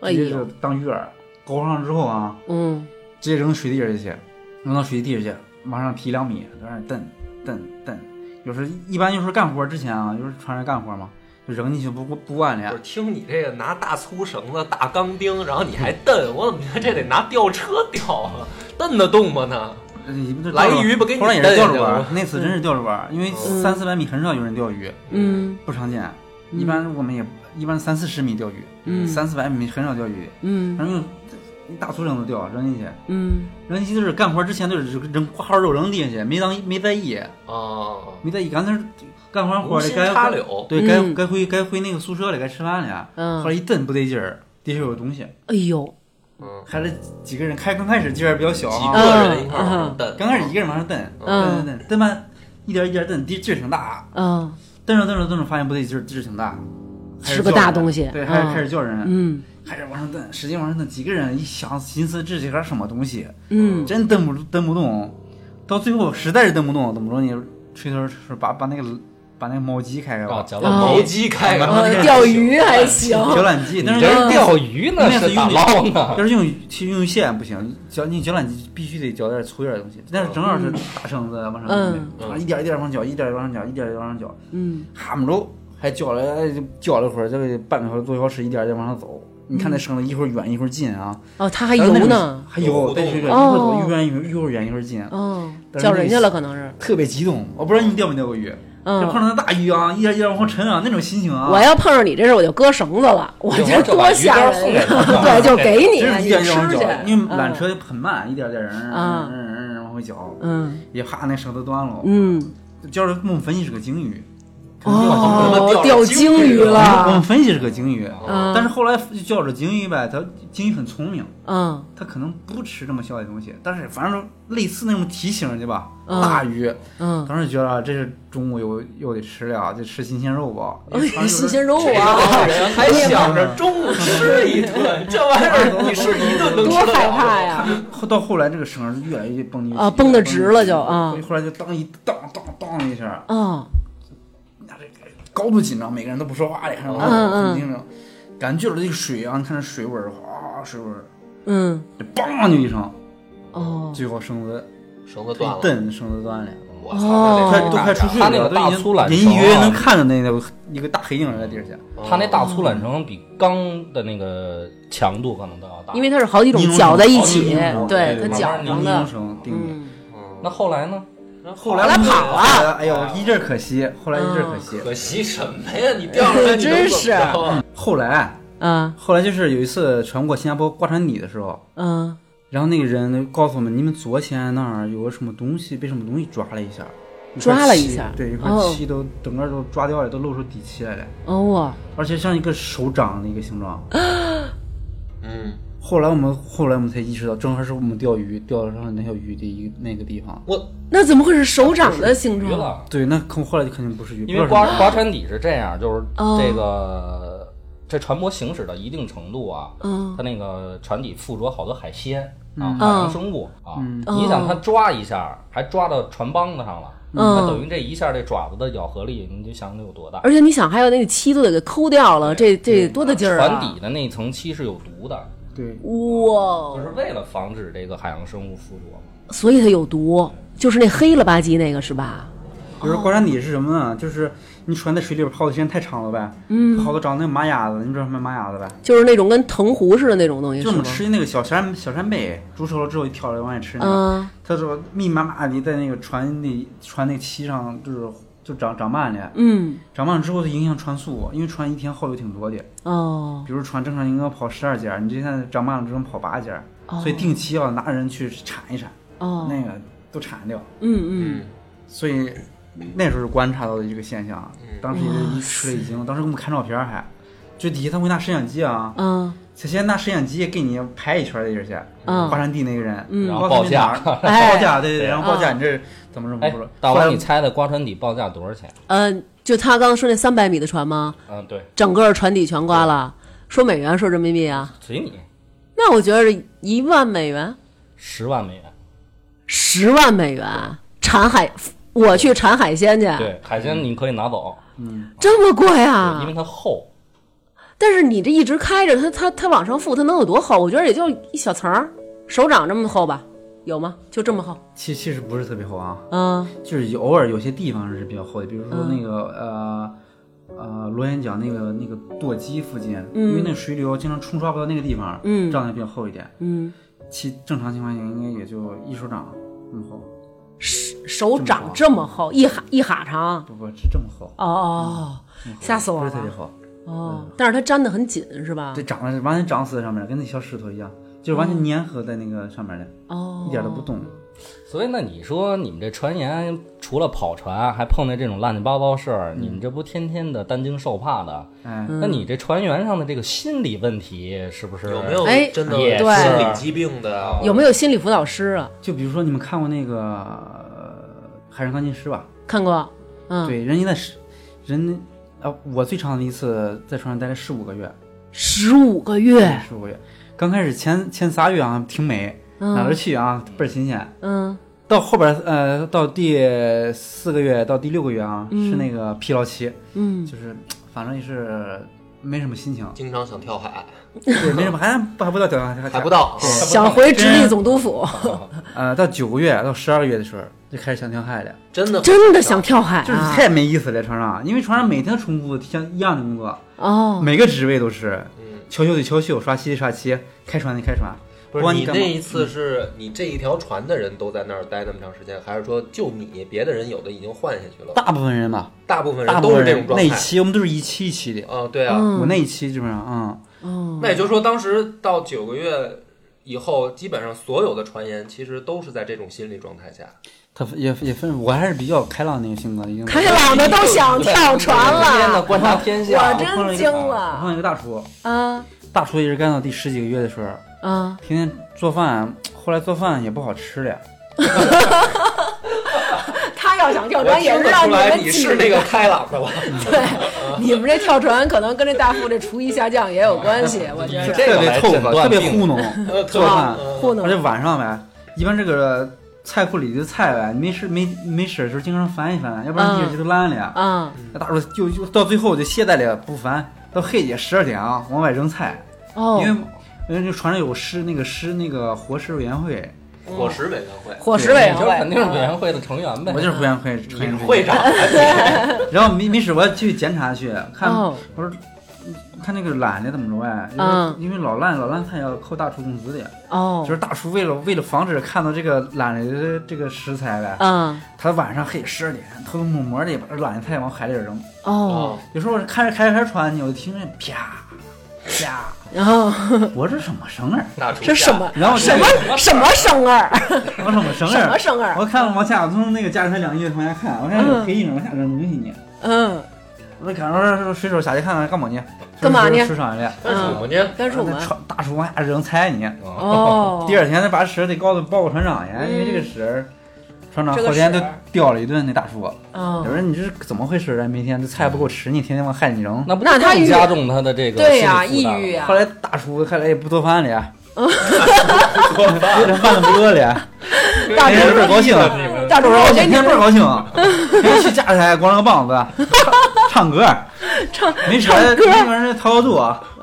哎
直接
呦
就，当鱼饵勾上之后啊，
嗯
直接扔水底下去，扔到水底下去，往上提两米，在那儿蹬蹬蹬。有时候一般就是干活之前啊，就是船上干活嘛，就扔进去不不不按
我
了。
听你这个拿大粗绳子、大钢钉，然后你还蹬，我怎么觉得这得拿吊车吊啊？蹬得动吗呢？
你呃不就
来
钓着
一鱼不给你
后来也是
蹬
钓着
下
玩
去
儿，那次真是钓着玩儿，因为
哦
嗯
三四百米很少有人钓鱼，
嗯
不常见。一般我们也一般三四十米钓鱼，
嗯
三四百米很少钓鱼，
嗯
然后用一大粗绳子钓扔进去，
嗯
扔进去就是干活之前就是扔花花肉扔地下去，没当没在意，
啊，
没在意，刚才是干完活
无
儿了
心
该
插柳，
对该、
嗯
该回该回那个宿舍了，该吃饭了。后来
嗯，
一蹬不对劲儿，底下有东西，
哎呦，
嗯，
还是几个人开刚开始劲儿比较小
几
啊，
个人一块儿往上蹬，
刚开始一个人往上蹬，
嗯
蹬蹬蹬蹬完一点一点蹬，地劲儿挺大，
嗯
蹬着蹬着蹬着发现不对劲儿，劲儿挺大，开始
是个
叫人
大东西
对，开始
嗯
开始叫人，
嗯
开始往上蹬，使劲往上蹬，几个人一想心思这是个什么东西，
嗯
真蹬不蹬不动，到最后实在是蹬不动，怎么着你吹头是把把那个把那个锚机开开
哦
吧，，
绞
啊
了
毛机开啊开，
呃，钓鱼还行，
绞缆机，但
你
是
这
要
是钓鱼呢，
那
是
是啊
打
用
捞呢？
嗯 [laughs] 要是用去用线不行，绞你绞缆机必须得绞点粗点的东西，但是正好是大绳子往上
嗯
弄，啊一点一点往绞，一点一点往上绞，一点一点往上绞，
嗯，
哈不着，还绞了哎就绞了一会儿，这个半个小时多小时，一点一点往上走。你看那绳子一会儿远一会儿近啊，
哦，嗯他还游呢，
还游，对对对，一会儿
哦
走一会儿远一会儿一会儿远一会儿近，啊
哦，
但是
叫
那
人家了可能是，
特别激动。我不知道你钓没钓过鱼，这
嗯，
碰上那大鱼啊，一点一点往后沉啊，那种心情啊，
我要碰上你这事儿，我就割绳子了，我
一会
这
儿就把
多
鱼
吓
竿
人
送
呀！
给他
[laughs] 对，就给你，啊
真是一
你
点一点往
吃
上
去
绞，，因为缆
嗯，
车很慢，一点点人，嗯嗯嗯嗯往回绞，
嗯
也怕那绳子断了。
嗯，
就是我们分析是个鲸鱼，可
了
能钓
哦，
钓
钓
了
鲸
鲸
鱼
鱼
我们
了，
分析是个鲸鱼，
嗯，
但是后来就叫着鲸鱼呗，它鲸鱼很聪明，
嗯
它可能不吃这么小的东西，但是反正类似那种体型的吧，
嗯
大鱼，
嗯，
当时觉得这是中午又又得吃了，得吃新鲜肉吧，因为
哎
反正就是
新鲜肉
这
啊， [laughs]
帮人还想着中午吃一顿，这玩意儿你是一 [laughs] 顿能
多
吃得
害
了吗
怕呀！
[laughs] 后到后来这个绳儿就越来越绷得越紧
啊绷得直了就啊
后来就当一当当当一下，
嗯
那这个高度紧张，每个人都不说话，脸上
嗯嗯
很紧张，感觉就是这个水啊，你看这水纹儿哗水纹儿，
嗯，
这梆就一声，
哦，
最后绳子
绳子
一
断了，
蹬，绳子断了。
我操，
快
这
哦
都快出水
他
了，
那个
都
大
已经
粗缆
隐
绳
隐约约
啊
能看到那个一个大黑影在地下。
他那大
哦
粗缆绳比钢的那个强度可能都要大。
因为它是好几种搅在一起，对，它搅
慢慢
成
尼龙
的，
绳钉的。
嗯，
那后来呢？
嗯
后来
后来
我们
跑了嗯
后来哎呦，一阵儿可惜，后来一阵儿可惜。
可惜什么呀？你掉下来你能怎么着啊
后来，
啊
后来就是有一次船过新加坡挂船底的时候，
嗯
然后那个人告诉我们，你们昨天那儿有个什么东西被什么东西抓了一下，一块
抓了一
漆
下
对，一块
哦
漆都整个都抓掉了，都露出底漆来了，
哦，
而且像一个手掌的一个形
[gasps]
状。
嗯，
后来我们后来我们才意识到，正好是我们钓鱼钓上那条鱼的一个那个地方。
我
那怎么会是手掌的形
鱼
状？
了，
对，那可后来就肯定不是鱼，
因为
不知道
划
是什么
划船底是这样，就是
哦
这个这船舶行驶到一定程度啊，
嗯
它那个船底附着好多海鲜啊
嗯，
海洋生物啊。
嗯
你
哦
想，它抓一下，还抓到船帮子上了，
嗯
那等于这一下这爪子的咬合力，你就想得有多大？
而且你想，还有那个漆都得给抠掉了，这这多大劲儿
船
啊！
底的那一层漆是有毒的，
对，
哦
就
哇，
是为了防止这个海洋生物附着嘛。
所以它有毒，就是那黑了吧唧那个是吧？
就是挂山底是什么呢？就是你船在水里边泡的时间太长了呗，嗯，泡的长那个马牙子，你知道什么马牙子呗？
就是那种跟藤壶似的那种东西
就是我
吗
们？吃那个小扇小扇贝，煮熟了之后一挑着往里吃那个，
嗯
它说密密麻麻的在那个船那船那漆上就是就长长慢了，
嗯
长慢了之后就影响船速，因为船一天耗油挺多的，
哦
比如船正常应该跑十二节儿，你这现在长慢了只能跑八节儿，
哦
所以定期要拿人去铲一铲，
哦，
那个都铲掉。
嗯嗯，
所以那时候观察到的一个现象，当时也一吃了一惊。当时给我们看照片儿还，就底下他会拿摄像机啊，
嗯
他先拿摄像机给你拍一圈儿的就是，
嗯
华山地那个人，
嗯
然
后
后
告
报
诉你哪
价
儿， [laughs] 报
哎
价，对对对，然后报价
啊
你这怎么怎么
哎
说？，
大
后来
王，你猜猜刮船底报价多少钱？
呃，就他刚刚说那三百米的船吗？
嗯，对，
整个船底全刮了，说美元说人民币啊？
随你，
那我觉得是一万美元，
十万美元。
十万美元产海，我去产海鲜去，
对，海鲜你可以拿走，
这么贵
因为
啊！
它厚。
但是你这一直开着，它它它往上覆，它能有多厚？我觉得也就一小层儿，手掌这么厚吧，有吗？就这么厚？
其其实不是特别厚啊，
嗯
就是偶尔有些地方是比较厚的，比如说那个、呃呃螺旋桨那个那个舵机附近，因为那水流经常冲刷不到那个地方，
嗯
这样的比较厚一点。
嗯，
其正常情况下应该也就一手掌那么厚，
手掌这么厚，一哈一哈长。
不不是这么厚，
哦哦
那么厚
吓死我
不
了
是特别厚，
哦，但是它粘得很紧是吧
这？长的完全长死在上面了，跟那小石头一样，就是完全粘合在那个上面的，
哦，
一点都不动。
所以那你说你们这传言除了跑船，还碰见这种乱七八糟事儿，你们这不天天的担惊受怕的？
哎，
嗯
那你这船员上的这个心理问题是不是
有没有
哎
真的
也
是
心理疾病的？，
有没有心理辅导师啊？
就比如说你们看过那个呃《海上钢琴师》吧？
看过？嗯，
对，人家在十，人啊，我最长的一次在船上待了十五个月，
十五个月，
十五个月。刚开始前前仨月啊挺美，哪儿都去啊倍儿新鲜。
嗯
到后边呃，到第四个月到第六个月啊，是那个疲劳期，
嗯，
就是反正也是没什么心情
经常想跳海，
对，没什么，还还不到脚还
海不到，嗯
嗯想回直隶总督
[laughs]
府，
呃，到九个月到十二个月的时候就开始想跳海了，
真的
真的想跳海啊！
就是太没意思了，船上，因为船上每天重复像一样的工作，
哦，
每个职位都是
嗯
敲绣的敲绣，刷漆的刷漆，开船的开船，
不
不
是
管
你
你干嘛
那一次
嗯
是你这一条船的人都在那儿待那么长时间，还是说就你别的人有的已经换下去了？
大部分人吧，
大部分
大
人
部
都是
分
这
人
种状
那一
态。
期我们都是一期一期的，
啊，对啊，
嗯
我那一期基本上，嗯，
哦，
那也就是说，当时到九个月以后，基本上所有的传言其实都是在这种心理状态
[laughs]
下。
他也也分，我还是比较开朗那个性格，已经
开朗的都想跳船
天呐，
了，
观察天
啊我
下，
真惊
我碰
了
到一个大厨，
啊
大厨也是干到第十几个月的时候，
啊！
天天做饭，后来做饭也不好吃了，
他要想跳
我
船，也
听
是
得
让
出
你
来
们
你
几
是那个开朗
[laughs]
的了，
对，你们这跳船可能跟这大副这厨艺下降也有关系，我觉
这
[laughs]
个
得。
特别
来
凑
诊
合，
断
特别
病
糊弄，
呃
做饭，
糊弄
而且晚上呗，一般这个菜库里的菜呗，没事没没事的时候经常翻一翻，要不然地
嗯
儿就烂了。
啊
嗯
那大厨就就到最后就懈怠了，不翻，到黑夜十二点啊往外扔菜，
哦
因，为因为这船上有师那个师那个伙食委员会，
嗯
伙食嗯委员会，
伙食啊委员
你就
会
是肯定是委员会的成员呗。
我就是委员会成员
你是嗯会长，
嗯
然后没没事，我要去检查去看，
哦
我说看那个懒的怎么着哎，
嗯
因为老烂老烂菜要扣大厨工资的，
哦
就是大厨为了为了防止看到这个懒的这个食材呗，
嗯
他晚上黑十二点偷偷摸摸的把这懒的菜往海里扔，
哦，
有时候我开着开着开着船呢，我就听着啪啪，
然 [laughs] 后
我说这什么声儿？
大厨
这什么
然后
什么什么生儿，
我什么声
什么
儿？
生儿？啊
我看往下，我从那个架着他两翼往下看，我看有黑影往下扔东西呢。
[laughs] 嗯
我说赶着水手下去看看干嘛呢？
干嘛呢
水手上来了。
干什么呢？
干
然
什
后
么
那？船大厨往下扔菜呢。
哦，
[laughs] 第二天他把屎得告诉报告船长呀，
嗯
因为这个屎儿，船长
这个
后天
屎
就
儿
吊了一顿那大叔。
哦
我说你这是怎么回事啊？每天这菜不够吃，你天天往海里扔。
那不
那他抑
更
郁
加重他的这个
对呀，
心理
抑
负担了
郁啊呀
[laughs] 后，来大叔后来也不做饭
[laughs]
了呀，做饭这饭都不饿了呀，
大
每天倍
厨
儿高兴。
大厨说：“我给
每
你
天倍儿高兴，啊
[laughs]
天天去架台光了个膀子，唱歌，
唱
没事
唱
儿，
歌
那玩意儿掏肚啊，
[laughs]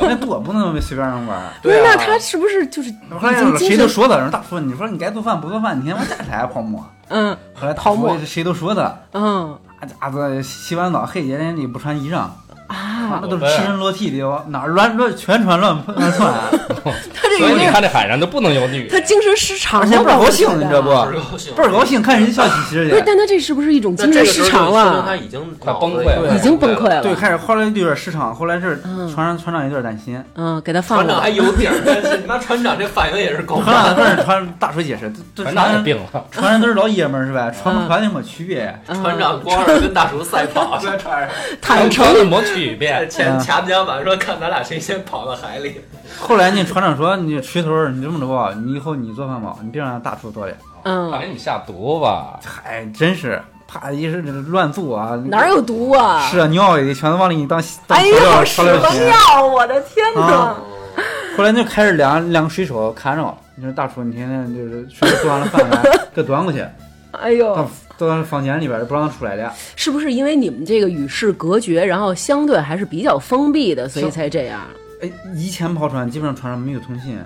那肚不能随便让玩儿。
对啊
那他是不是就是
后来
已经精
谁都
神
说他，说大叔，你说你该做饭不做饭，你天天往架台泡沫。
嗯
后来大
泡沫
叔谁都说他，
嗯
那家伙洗完澡黑人家里不穿衣裳，
啊？
那都是赤身裸体的，哪儿乱乱全穿乱碰乱窜，啊
他这
所以你
人
看这海上就不能有女
他
的，
精神失常
而
了
且
吧，
倍儿高兴
我觉，得啊
你知道不？
倍儿高兴
倍儿高兴，看人家笑嘻嘻
不是，
的。
但他这是不是一种
那
精
这
神
个时
失
候就
常
说明他
了？
已经
快
脑
崩
子
溃
也
了
已经崩溃。了。
对，开始后来就有点失常，后来是
嗯
船上船长有点担心，
嗯，给他放
船长
了
还。有底儿，但是那船长这反应也是够
船长但是船大叔解释，这这
船长也
船
病了。
[laughs] 船上都是老爷们儿是吧？船
嗯
不船有什么区别？
嗯
船长光着跟大叔赛 [laughs] 跑，在
坦诚，
的磨去一
在
遍，
嗯
前卡不夹板说看咱俩谁先跑到海里。
后来呢，船长说你锤头儿，你这么着吧，你以后你做饭吧，你别让大厨做了。
怕
嗯，
给你下毒吧？
嗨，真是怕一是乱做啊，
哪有毒啊？
是啊，尿也全都往里当当
哎
调料
呦，什
烧料
么
品。
药？我的天哪
啊！后来就开始两两个水手看着我，你说大厨，你天天就是水手做完了饭来给端过去，
哎
到
呦，
到房间里边儿不让他出来的。
是不是因为你们这个与世隔绝，然后相对还是比较封闭的，所以才这样？
[laughs] 哎，以前跑船基本上船上没有通信，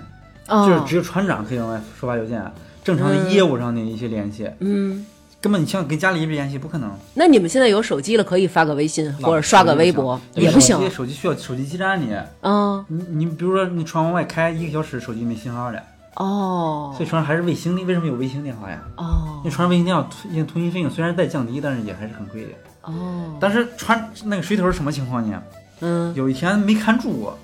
就是
哦，
只有船长可以往外收发邮件，啊正常的
嗯
业务上的一些联系，
嗯，
根本你像跟家里边联系不可能。
那你们现在有手机了，可以发个微信或者刷个微博，也不
手
行
机。手机需要手机基站里，
嗯，
你你比如说你船往外开一个小时，手机没信号了，
哦
所以船上还是卫星的。为什么有卫星电话呀？
哦
那船上卫星电话通因为通信费用虽然在降低，但是也还是很贵的。
哦，
但是船那个水头是什么情况呢？
嗯，
有一天没看住我，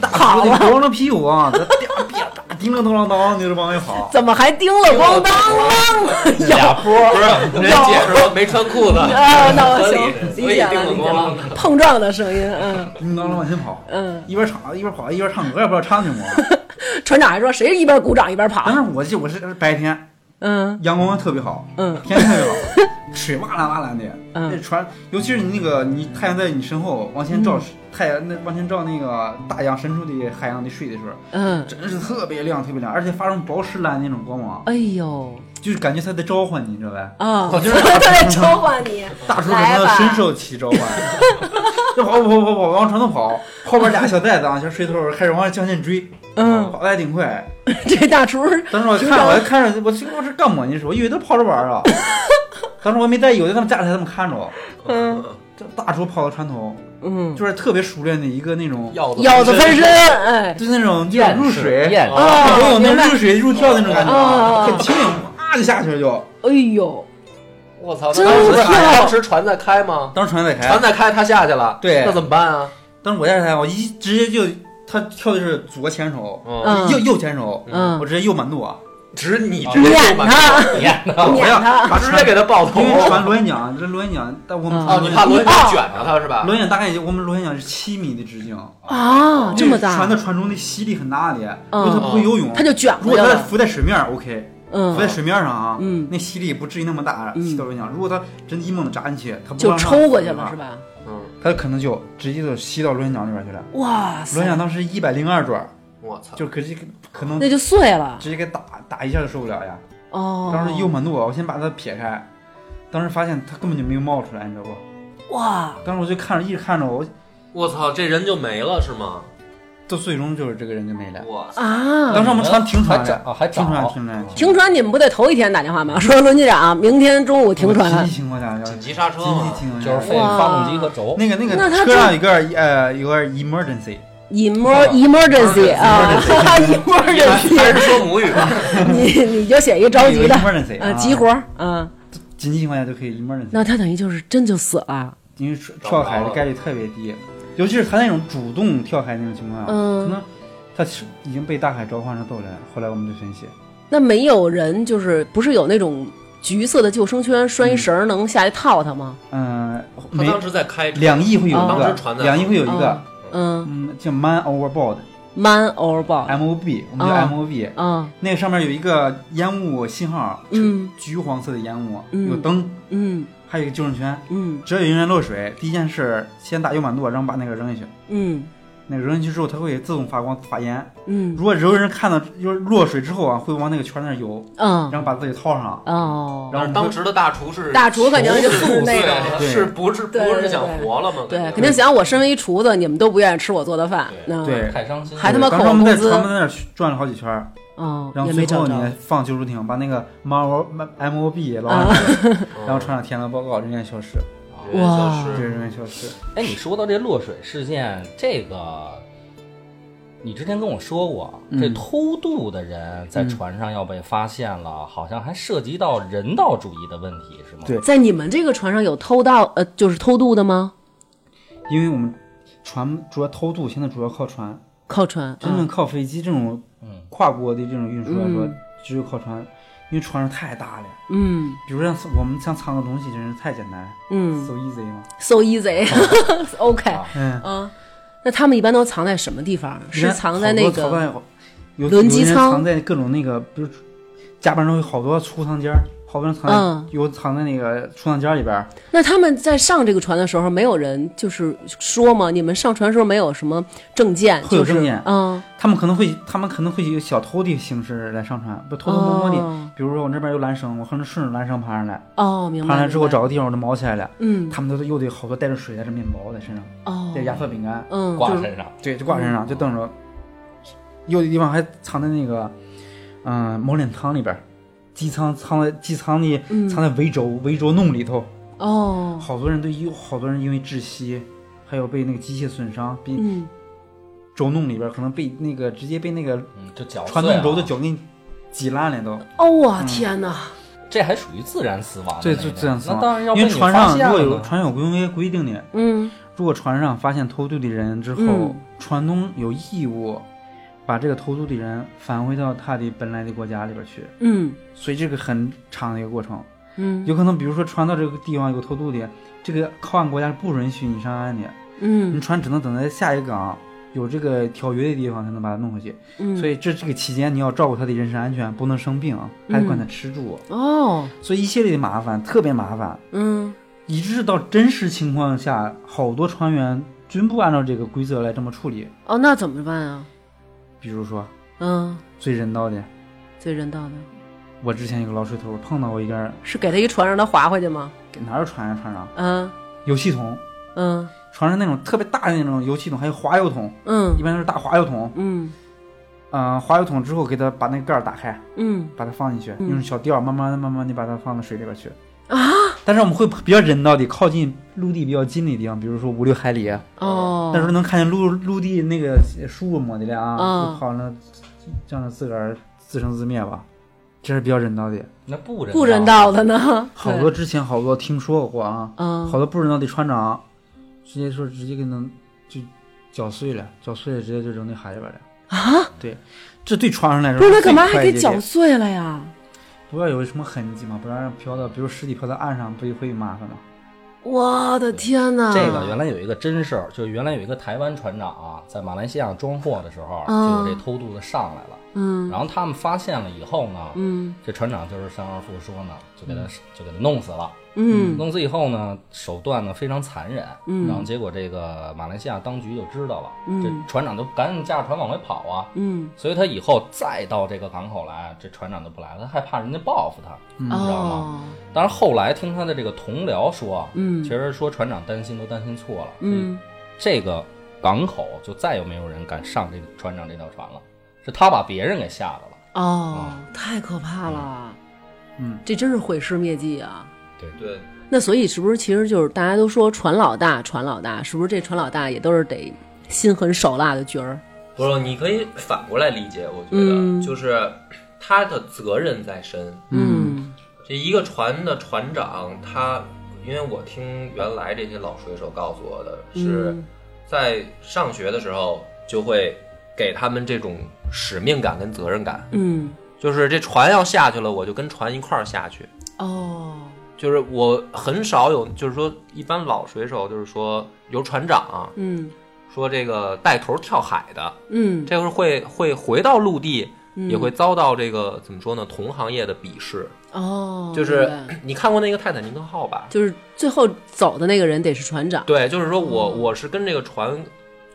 大头得光着屁股啊，他啪啪啪叮了咚啷当，就是往外跑。
怎么还叮了咣当了？
下波
不是，人家解释说没穿裤子，
啊，那我
合
行，
理，所
理
以
解
定
了，
了
理解
光。
了，碰撞的声音，嗯
叮当啷往前跑，
嗯。
一边唱一边跑一边唱歌，也不知道唱什么。
船长还说谁一边鼓掌一边
但
跑，
是我记我是白天
嗯
阳光特别好，
嗯
天特别好，水哇啦哇啦的。
嗯
那船，尤其是你那个你太阳在你身后往前照，太阳那往前照那个大洋深处的海洋的水的时候，
嗯，
真是特别亮，特别亮，而且发生宝石蓝那种光芒。
哎呦，
就是感觉他在召唤你，你知道吧？
啊，
我觉
[laughs]
得
他在召唤你，
大叔可
来
能
吧，
深受其召唤，就跑跑跑跑往床头跑，后边俩小袋子啊，像水头开始往向前追，
嗯，
跑的还挺快。
这大厨
当时我看我还看着我心说这干嘛呢？是我以为他跑着玩儿啊。当时我还没在意，我在他们家里他们看着我，
嗯
这大叔跑到船头，
嗯，
就是特别熟练的一个那种，
要子
腰子翻身，哎，哦
就那种就
咽
是入水，哦
咽
啊
我有
明白
那入水入跳那种感觉啊，
啊
很轻盈，啊就下去了就。
哎呦，
我操！
真
那当时
跳
当时船在开吗？
当时船在开
船，在开，他下去了，
对
那怎么办啊？
当时我在台，我一直接就他跳的是左前手，
嗯，
嗯
右右前手，
嗯
我直接右
[laughs]
满舵，
直你直接
撵
就把
他，
咽的。
我
撵
要
他，
把
直 [laughs] 接给他爆头
因。为船螺旋桨，这螺旋桨，但我们
嗯
哦，你怕轮
你怕
卷着他是吧？
螺旋桨大概我们螺旋桨是七米的直径，
啊，这么
船
大
在，船中的吸力很大的，
嗯
如果它不会游泳，
他就卷
如
过
果
去
它
了，
浮在水面儿，OK，
嗯
浮在，水面上啊，
嗯
那吸力不至于那么大，
嗯
吸到螺旋桨。如果它真一猛的扎进去，它不
就
往上
抽过去
浮
了是？啊吧？
嗯，
它可能就直接就吸到螺旋桨里边去了。
哇
螺旋
塞
桨，当时一百零二转，
我操！
就可惜可能
那就碎了
直接给打打一下就受不了呀。
哦，
当时右满舵，我先把它撇开，当时发现它根本就没有冒出来，你知道不？
哇，
当时我就看着，一直看着我，
我操，这人就没了是吗？
到最终就是这个人就没来。 [laughs]
我操！
当
啊！
时我们船停船
还找
了，
还
停船
找
停船。
停船，你们不得头一天打电话吗？ [laughs] 说轮机长，明天中午停
紧
船
急。情况下要
紧
紧
急刹车
急
嘛，
情况下
就是费发动机和轴，
那个那个
那他
车上
这
有个呃有个 emergency，
Emer emergency
[laughs]
啊
还
[laughs]
是
，emergency，
说母
[laughs]
语吧。
你你就写一着
有
急
个
的，
emergency
呃，
啊
急活儿，嗯，
紧急情况下就可以 emergency，
那他等于就是真就死了，
因为跳跳海的概率特别低，尤其是他那种主动跳海那种情况下，
嗯
可能他是已经被大海召唤上斗来了。后来我们就分析，
那没有人就是不是有那种橘色的救生圈拴一绳儿能下去套他吗？
嗯，
他
没
当时在开车，
两亿会有一
哦
当
个
时船，在
两亿会有一
哦
个，
嗯
嗯，叫 man overboard，M
，man or ball，
O B，我们叫
哦
M O B，
啊，
那个上面有一个烟雾信号，
嗯
橘黄色的烟雾，
嗯
有灯，
嗯
还有一个救生圈。
嗯
只要有人员落水，第一件事先打右满舵，然后把那个扔下去。
嗯
那个扔下去之后，它会自动发光发烟。
嗯
如果有人看到就是落水之后啊，会往那个圈那儿游，
嗯
然后把自己套上。
哦，
然后我们
当时的大厨是
大厨肯定就是那种。
对
对
是不是不
对
是想活了吗？
对，肯
肯
定想我身为一厨子，你们都不愿意吃我做的饭，那
对，
太伤心了。
还他妈
当
扣
时
我
我们
工
在
资
船，们在那儿转了好几圈，
嗯，
然后
也没
最
找
后
着
你，放救助艇，把那个 MO M O B 捞
啊
上去，然后
嗯
船上填了报告，人员消失，
人消
对，
失。
人员消失。
哎，你说到这落水事件，这个你之前跟我说过，这
嗯
偷渡的人在船上要被发现了，好像还涉及到人道主义的问题，是吗？
对
在你们这个船上有偷盗呃，就是偷渡的吗？
因为我们船主要偷渡，现在主要靠船，
靠船，
真正
嗯
靠飞机这种
嗯
跨国的这种运输来说
嗯，
只有靠船，因为船上太大了。
嗯
比如像我们像藏个东西，真是太简单了
嗯
，so easy 嘛。
，so [laughs] easy，OK，
嗯，
嗯，那他们一般都藏在什么地方？是藏在那
好多逃
个
犯有
轮机舱
有的人藏在各种那个，比如甲板上有好多储藏间儿，好多人藏在、
嗯
有藏在那个储藏间里边儿。
那他们在上这个船的时候，没有人就是说吗？你们上船的时候没有什么证件，
会有
就是
证件
嗯，
他们可能会，他们可能会以小偷的形式来上船，不偷偷摸摸的。
哦
比如说我那边有缆绳，我可能顺着缆绳爬上来，
哦，明
爬
白。
上来之后
明白，
找个地方我就毛起来了。
嗯，
他们都又得好多带着水带着面包在身上，
哦
带，着压缩饼干，
嗯，
挂身上，
对，就挂
哦
身上，就等着。有的地方还藏在那个，嗯、毛脸汤里边儿，机舱藏在机舱的
嗯
藏在围轴围轴弄里头，
哦，
好多人都有好多人因为窒息，还有被那个机械损伤，被
嗯，
轴弄里边儿可能被那个直接被那个
嗯，就绞
传
碎
动轴
了
的脚给你挤烂了都。
哦，我天哪，
这还属于自然死亡的
对
那
就
种
自然死亡
那当然要被
因为
你
船
发
上
现
如果
了
有
呢
船有规约规定的，
嗯
如果船上发现偷渡的人之后，
嗯
船东有义务把这个偷渡的人返回到他的本来的国家里边去。
嗯
所以这个很长的一个过程，
嗯
有可能比如说船到这个地方有偷渡的，这个靠岸国家是不允许你上岸的，你
嗯
船只能等在下一个港有这个条约的地方才能把它弄回去。
嗯，
所以这这个期间你要照顾他的人身安全，不能生病，
嗯
还得管他吃住，
哦，
所以一系列的麻烦特别麻烦，
嗯
以致到真实情况下，好多船员均不按照这个规则来这么处理。
哦，那怎么办啊？
比如说
嗯，
最人道的，
最人道的，
我之前有个老水头碰到过一个人，
是给他一船让他划回去吗？
给哪有船呀船上
嗯
油漆桶，
嗯
船上那种特别大的那种油漆桶，还有滑油桶，
嗯
一般都是大滑油桶。
嗯
嗯、滑油桶之后给它把那个盖儿打开，
嗯，
把它放进去，
嗯
用小吊儿慢慢的、慢慢的把它放到水里边去。啊！但是我们会比较人道的，靠近陆地比较近的地方，比如说五六海里，
哦，
那时候能看见陆陆地那个树抹的了啊，
嗯
就跑那，让它自个儿自生自灭吧，这是比较人道的。
那不人
不人道的呢，
好多之前好多听说过啊，
嗯
好多不人道的船长，直接说直接给弄就绞碎了，绞碎了直接就扔那海里边了。
啊，
这对船上来说
不是那
最
干嘛
快
还
捷
给
的
绞碎了呀？
不要有什么痕迹嘛，不然让漂到，比如尸体漂到岸上，不就会有麻烦吗？
我的天哪！
这个原来有一个真事儿，就是原来有一个台湾船长啊，在马来西亚装货的时候，啊
嗯
就有这偷渡的上来了。
嗯
然后他们发现了以后呢，
嗯
这船长就是上二副说呢，就给他就给他弄死了。
嗯
弄死以后呢，手段呢非常残忍。
嗯
然后结果这个马来西亚当局就知道了，
嗯
这船长就赶紧驾着船往回跑啊。
嗯
所以他以后再到这个港口来，这船长就不来了，他害怕人家报复他。
嗯
知道
哦
吗当然后来听他的这个同僚说，啊
嗯
其实说船长担心都担心错了，
嗯，
这个港口就再也没有人敢上这个船长这条船了，是他把别人给吓着了。
哦，
啊
太可怕了，
嗯，
这真是毁尸灭迹啊！
对，
那所以是不是其实就是大家都说船老大，船老大，是不是这船老大也都是得心狠手辣的角儿？
不是，你可以反过来理解，我觉得、
嗯
就是他的责任在身。
嗯
这一个船的船长，他因为我听原来这些老水手告诉我的是，
嗯
在上学的时候就会给他们这种使命感跟责任感，
嗯，
就是这船要下去了，我就跟船一块儿下去。
哦，
就是我很少有，就是说一般老水手就是说由船长啊、
嗯
说这个带头跳海的，
嗯，
这会儿会会回到陆地，
嗯
也会遭到这个怎么说呢？同行业的鄙视。
哦，
就是
明白
你看过那个《泰坦尼克号》吧？
就是最后走的那个人得是船长，
对，就是说我我是跟这个船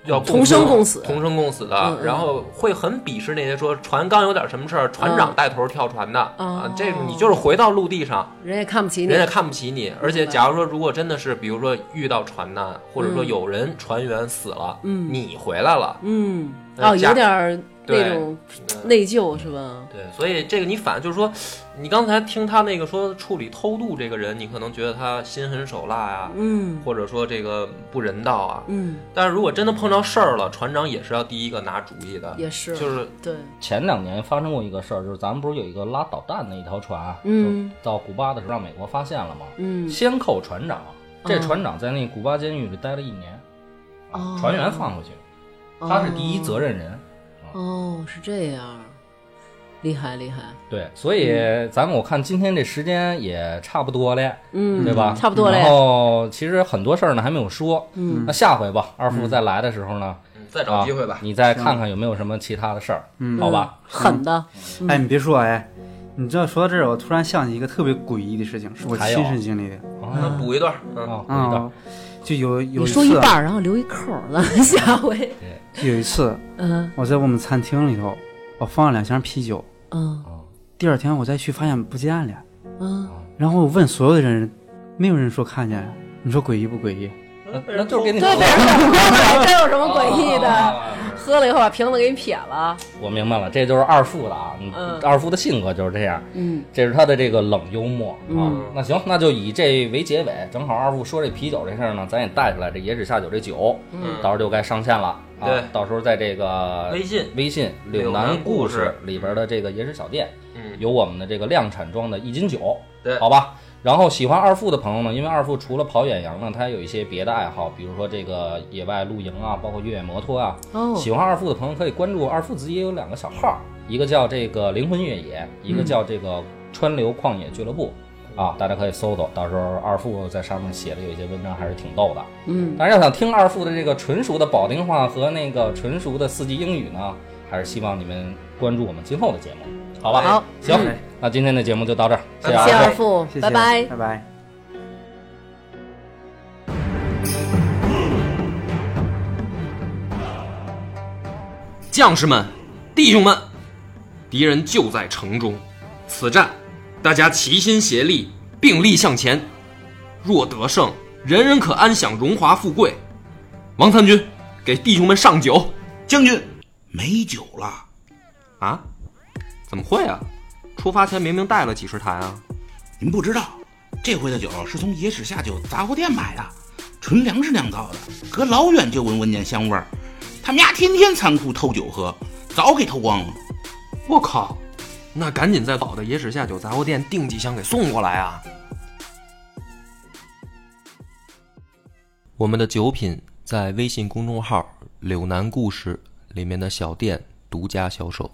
要
嗯同生共死
同生共死
嗯
的，
嗯
然后会很鄙视那些说船刚有点什么事儿，船长带头跳船的
嗯哦
啊，这种你就是回到陆地上，
人也看不起你
人家看不起你。而且，假如说如果真的是比如说遇到船难，或者说
嗯
有人船员死了，
嗯
你回来了，
嗯，
呃
哦，
假
有点儿那
对
种内疚是吧？
对，所以这个你反就是说，你刚才听他那个说处理偷渡这个人，你可能觉得他心狠手辣呀、
嗯
或者说这个不人道啊。
嗯，
但是如果真的碰到事儿了，船长也是要第一个拿主意的，
也是，
就是
对，
前两年发生过一个事儿，就是咱们不是有一个拉导弹的一条船，啊
嗯，
到古巴的时候让美国发现了吗？
嗯
先扣船长，这
哦
船长在那古巴监狱里待了一年，啊
哦
船员放回去，他是第一责任人。
哦，是这样，厉害厉害，
对，所以咱们我看今天这时间也差不多了，
嗯，
对吧？
差不多
然
嘞，
后其实很多事儿呢还没有说，
嗯
那下回吧，二副再来的时候呢，
嗯再找机会吧
啊。你再看看有没有什么其他的事儿，
嗯
好吧？
狠的，
哎，你别说，哎，你知道说到这儿，我突然想起一个特别诡异的事情，是我
还有
亲身经历的。
那补一段，嗯，
啊，
啊、
回头
就有有
你
一
说
次，
一半儿，然后留一扣儿，咱们下回，
就有一次
嗯
我在我们餐厅里头，我放了两箱啤酒，
嗯
第二天我再去发现不见了，
啊
嗯，
然后我问所有的人，没有人说看见，你说诡异不诡异？
那那就是给你
对，被人捅了呗，这有什么诡异的？喝了以后把瓶子给你撇了，
我明白了，这就是二副的啊，
嗯
二副的性格就是这样，
嗯
这是他的这个冷幽默啊
嗯。
那行，那就以这为结尾，正好二副说这啤酒这事儿呢，咱也带出来，这野史下酒这酒，
嗯
到时候就该上线了啊
对。
到时候在这个
微信
微信
柳
柳
南
南
故
故
事
事里边的这个野史小店，
嗯，
有我们的这个量产装的一斤酒，
对
好吧。然后喜欢二副的朋友呢，因为二副除了跑远洋呢，他还有一些别的爱好，比如说这个野外露营啊，包括越野摩托啊。
哦
喜欢二副的朋友可以关注二副，自己也有两个小号，一个叫这个灵魂越野，一个叫这个川流旷野俱乐部。啊，大家可以搜搜，到时候二副在上面写的有一些文章还是挺逗的。
嗯
但是要想听二副的这个纯熟的保定话和那个纯熟的四季英语呢，还是希望你们关注我们今后的节目，好吧？
好
行
嗯，
那今天的节目就到这儿，谢谢
拜
二
拜
位
谢二副
谢谢，，
拜拜。
拜拜。
将士们，弟兄们，敌人就在城中，此战，大家齐心协力，并力向前。若得胜，人人可安享荣华富贵。王参军，给弟兄们上酒
将军，没酒了。
啊！怎么会啊？出发前明明带了几十坛啊！
您不知道，这回的酒是从野史下酒杂货店买的，纯粮食酿造的，隔老远就闻闻见香味儿。他们家天天仓库偷酒喝，早给偷光了。
我靠，那赶紧在老的野史下酒杂货店订几箱给送过来啊！我们的酒品在微信公众号“柳南故事”里面的小店独家销售。